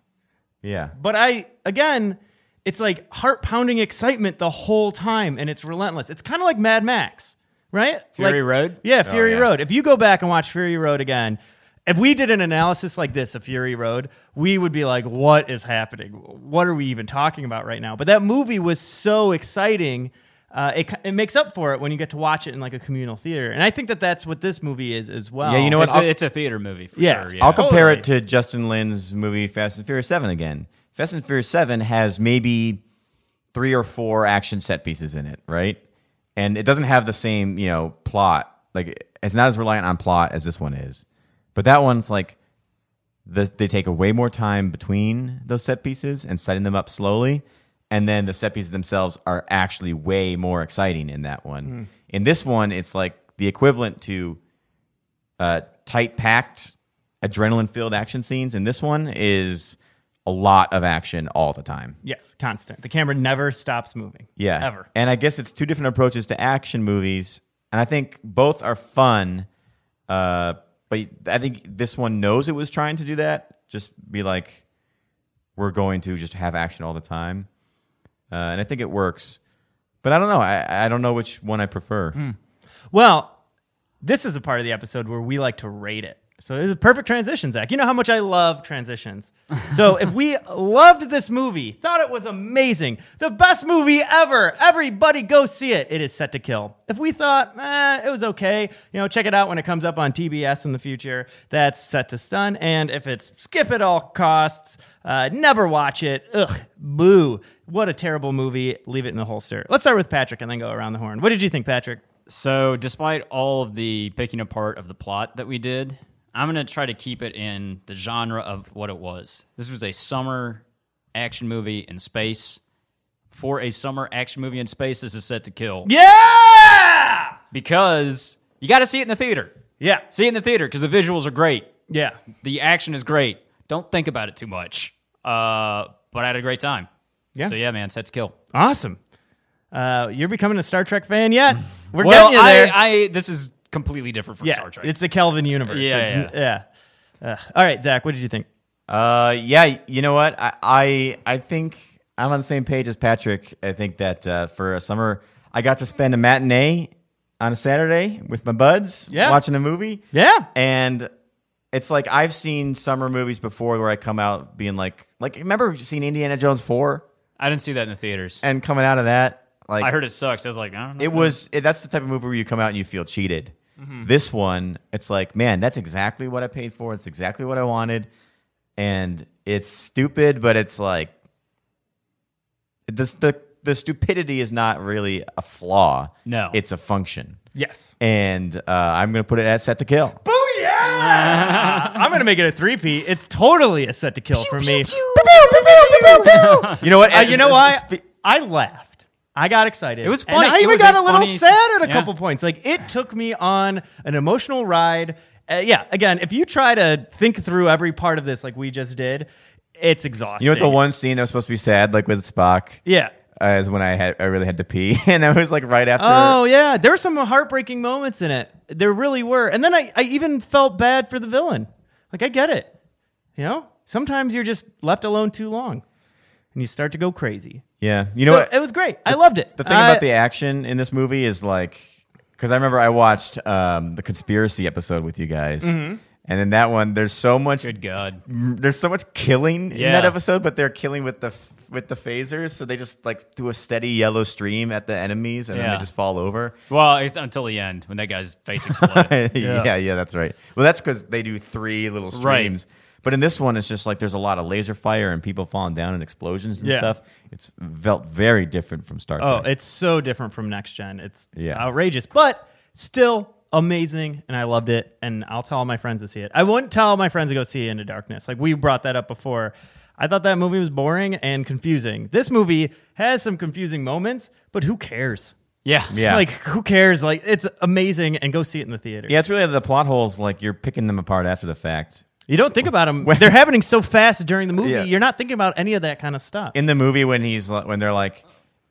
Speaker 4: Yeah.
Speaker 3: But I again, it's like heart pounding excitement the whole time, and it's relentless. It's kind of like Mad Max, right?
Speaker 2: Fury
Speaker 3: Like-
Speaker 2: Road?
Speaker 3: Yeah, Fury
Speaker 4: Oh, yeah.
Speaker 3: Road. If you go back and watch Fury Road again, if we did an analysis like this of Fury Road, we would be like, "What is happening? What are we even talking about right now?" But that movie was so exciting. Uh, it, it makes up for it when you get to watch it in like a communal theater, and I think that that's what this movie is as well.
Speaker 4: Yeah, you know what?
Speaker 2: It's
Speaker 4: I'll-
Speaker 2: a, it's a theater movie for
Speaker 3: Yeah.
Speaker 2: sure.
Speaker 4: I'll compare
Speaker 3: Totally.
Speaker 4: it to Justin Lin's movie Fast and Furious 7 again. Fast and Furious 7 has maybe three or four action set pieces in it, right? And it doesn't have the same, you know, plot. Like it's not as reliant on plot as this one is. But that one's like the, they take a way more time between those set pieces and setting them up slowly. And then the set pieces themselves are actually way more exciting in that one. In this one, it's like the equivalent to uh, tight packed adrenaline filled action scenes and this one is a lot of action all the time
Speaker 3: Yes, constant. The camera never stops moving.
Speaker 4: yeah
Speaker 3: ever.
Speaker 4: and i guess it's two different approaches to action movies and i think both are fun uh, but i think this one knows it was trying to do that just be like we're going to just have action all the time uh, and i think it works but i don't know i, I don't know which one i prefer
Speaker 3: Well, this is a part of the episode where we like to rate it. So this is a perfect transition, Zach. You know how much I love transitions. So if we loved this movie, thought it was amazing, the best movie ever, everybody go see it. It is set to kill. If we thought eh, it was okay, you know, check it out when it comes up on TBS in the future. That's set to stun. And if it's skip at all costs, uh, never watch it. Ugh, boo! What a terrible movie. Leave it in the holster. Let's start with Patrick and then go around the horn. What did you think, Patrick?
Speaker 2: So, despite all of the picking apart of the plot that we did, I'm going to try to keep it in the genre of what it was. This was a summer action movie in space. For a summer action movie in space, this is set to kill.
Speaker 3: Yeah.
Speaker 2: Because you got to see it in the theater.
Speaker 3: Yeah.
Speaker 2: See it in the theater because the visuals are great.
Speaker 3: Yeah.
Speaker 2: The action is great. Don't think about it too much. Uh, but I had a great time.
Speaker 3: Yeah.
Speaker 2: So, yeah, man, set to kill.
Speaker 3: Awesome. Uh, you're becoming a Star Trek fan [laughs] yet? We're
Speaker 2: Well,
Speaker 3: getting you there.
Speaker 2: I, I, this is completely different from
Speaker 3: yeah,
Speaker 2: Star Trek.
Speaker 3: it's the Kelvin universe.
Speaker 2: Yeah,
Speaker 3: It's- yeah. Ugh. all right, Zach, what did you think?
Speaker 4: Uh, yeah, you know what? I, I, I think I'm on the same page as Patrick. I think that uh, for a summer, I got to spend a matinee on a Saturday with my buds
Speaker 3: Yeah.
Speaker 4: watching a movie.
Speaker 3: Yeah.
Speaker 4: And it's like I've seen summer movies before where I come out being like, like remember seeing Indiana Jones 4
Speaker 2: I didn't see that in the theaters.
Speaker 4: and coming out of that? Like,
Speaker 2: I heard it sucks. I was like, I don't know.
Speaker 4: it was it, that's the type of movie where you come out and you feel cheated.
Speaker 3: Mm-hmm.
Speaker 4: This one, it's like, man, that's exactly what I paid for. It's exactly what I wanted, and it's stupid, but it's like the the the stupidity is not really a flaw.
Speaker 2: No.
Speaker 4: it's a function,
Speaker 3: Yes.
Speaker 4: and uh, I'm gonna put it at set to kill.
Speaker 3: [laughs] I'm gonna make it a three P. It's totally a set to kill for me.
Speaker 4: [laughs] You know what?
Speaker 3: Uh, you know
Speaker 4: It's-
Speaker 3: why?
Speaker 4: it's-
Speaker 3: I laughed. I got excited.
Speaker 2: It was
Speaker 3: And
Speaker 2: funny.
Speaker 3: I
Speaker 2: It
Speaker 3: even
Speaker 2: was
Speaker 3: got
Speaker 2: a
Speaker 3: a little
Speaker 2: funny-
Speaker 3: sad at a
Speaker 2: yeah.
Speaker 3: couple points. Like it took me on an emotional ride. Uh, yeah. Again, if you try to think through every part of this like we just did, it's exhausting.
Speaker 4: You know what? The one scene that was supposed to be sad, like with Spock,
Speaker 3: Yeah.
Speaker 4: uh, is when I had I really had to pee, [laughs] and I was like right after.
Speaker 3: Oh yeah, there were some heartbreaking moments in it. There really were. And then I, I even felt bad for the villain. Like I get it. You know, sometimes you're just left alone too long, and you start to go crazy.
Speaker 4: yeah. You know
Speaker 3: So
Speaker 4: what?
Speaker 3: it was great. I loved it.
Speaker 4: The thing about the action in this movie is like, because I remember I watched um, the conspiracy episode with you guys, and in that one, there's so much,
Speaker 2: Good God.
Speaker 4: mm, there's so much killing in
Speaker 2: Yeah.
Speaker 4: that episode, but they're killing with the f- with the phasers, so they just like do a steady yellow stream at the enemies, and then
Speaker 2: Yeah.
Speaker 4: they just fall over.
Speaker 2: Well, it's until the end when that guy's face
Speaker 3: [laughs]
Speaker 2: explodes.
Speaker 4: yeah. [laughs] yeah, that's right. Well, that's because they do three little
Speaker 2: Right.
Speaker 4: streams. But in this one, it's just like there's a lot of laser fire and people falling down and explosions and
Speaker 3: Yeah.
Speaker 4: stuff. It's felt very different from Star Trek.
Speaker 3: oh, it's so different from next gen. It's
Speaker 4: Yeah.
Speaker 3: outrageous, but still amazing, and I loved it. And I'll tell all my friends to see it. I wouldn't tell my friends to go see Into Darkness. Like we brought that up before. I thought that movie was boring and confusing. This movie has some confusing moments, but who cares?
Speaker 2: yeah.
Speaker 4: Yeah.
Speaker 3: Like, who cares? Like, it's amazing, and go see it in the theater.
Speaker 4: Yeah, it's really the plot holes. Like you're picking them apart after the fact.
Speaker 3: You don't think about them. They're happening so fast during the movie.
Speaker 4: Yeah.
Speaker 3: You're not thinking about any of that kind of stuff.
Speaker 4: In the movie, when he's li- when they're like,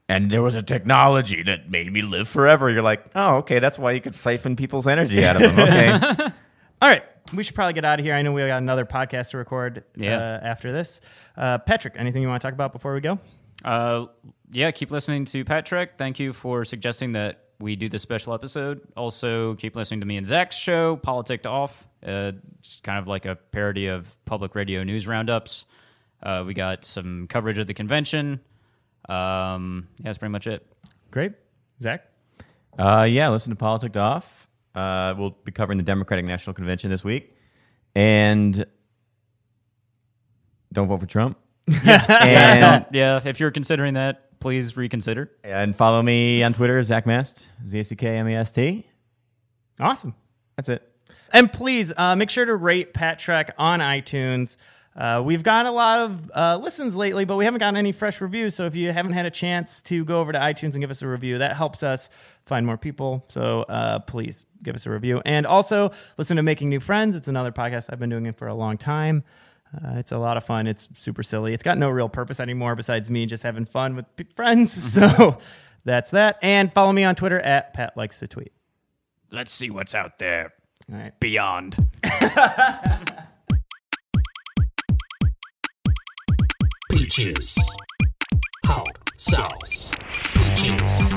Speaker 4: and there was a technology that made me live forever. You're like, oh, okay, that's why you could siphon people's energy out of them. Okay.
Speaker 3: All right. We should probably get out of here. I know we got another podcast to record
Speaker 2: Yeah.
Speaker 3: uh, after this. Uh, Patrick, anything you want to talk about before we go?
Speaker 2: Uh, yeah, keep listening to Pat Trek. Thank you for suggesting that we do this special episode. Also, keep listening to me and Zach's show, Politicked Off. Uh, it's kind of like a parody of public radio news roundups. Uh, we got some coverage of the convention. Um, yeah, that's pretty much it.
Speaker 3: Great. Zach?
Speaker 4: uh, yeah, listen to Politics Off. Uh, we'll be covering the Democratic National Convention this week. And don't vote for Trump.
Speaker 2: [laughs]
Speaker 4: and,
Speaker 2: yeah, if you're considering that, please reconsider.
Speaker 4: and follow me on Twitter, Zach Mast, Z A C K M A S T.
Speaker 3: Awesome.
Speaker 4: That's it.
Speaker 3: And please uh, make sure to rate Pat Trek on iTunes. Uh, we've got a lot of uh, listens lately, but we haven't gotten any fresh reviews. So if you haven't had a chance to go over to iTunes and give us a review, that helps us find more people. So uh, please give us a review. And also listen to Making New Friends. It's another podcast. I've been doing it for a long time. Uh, it's a lot of fun. It's super silly. It's got no real purpose anymore besides me just having fun with p- friends. [laughs] So that's that. And follow me on Twitter at Pat Likes to Tweet.
Speaker 2: Let's see what's out there
Speaker 3: All right.
Speaker 2: beyond.
Speaker 5: Peaches. Hot sauce. Peaches.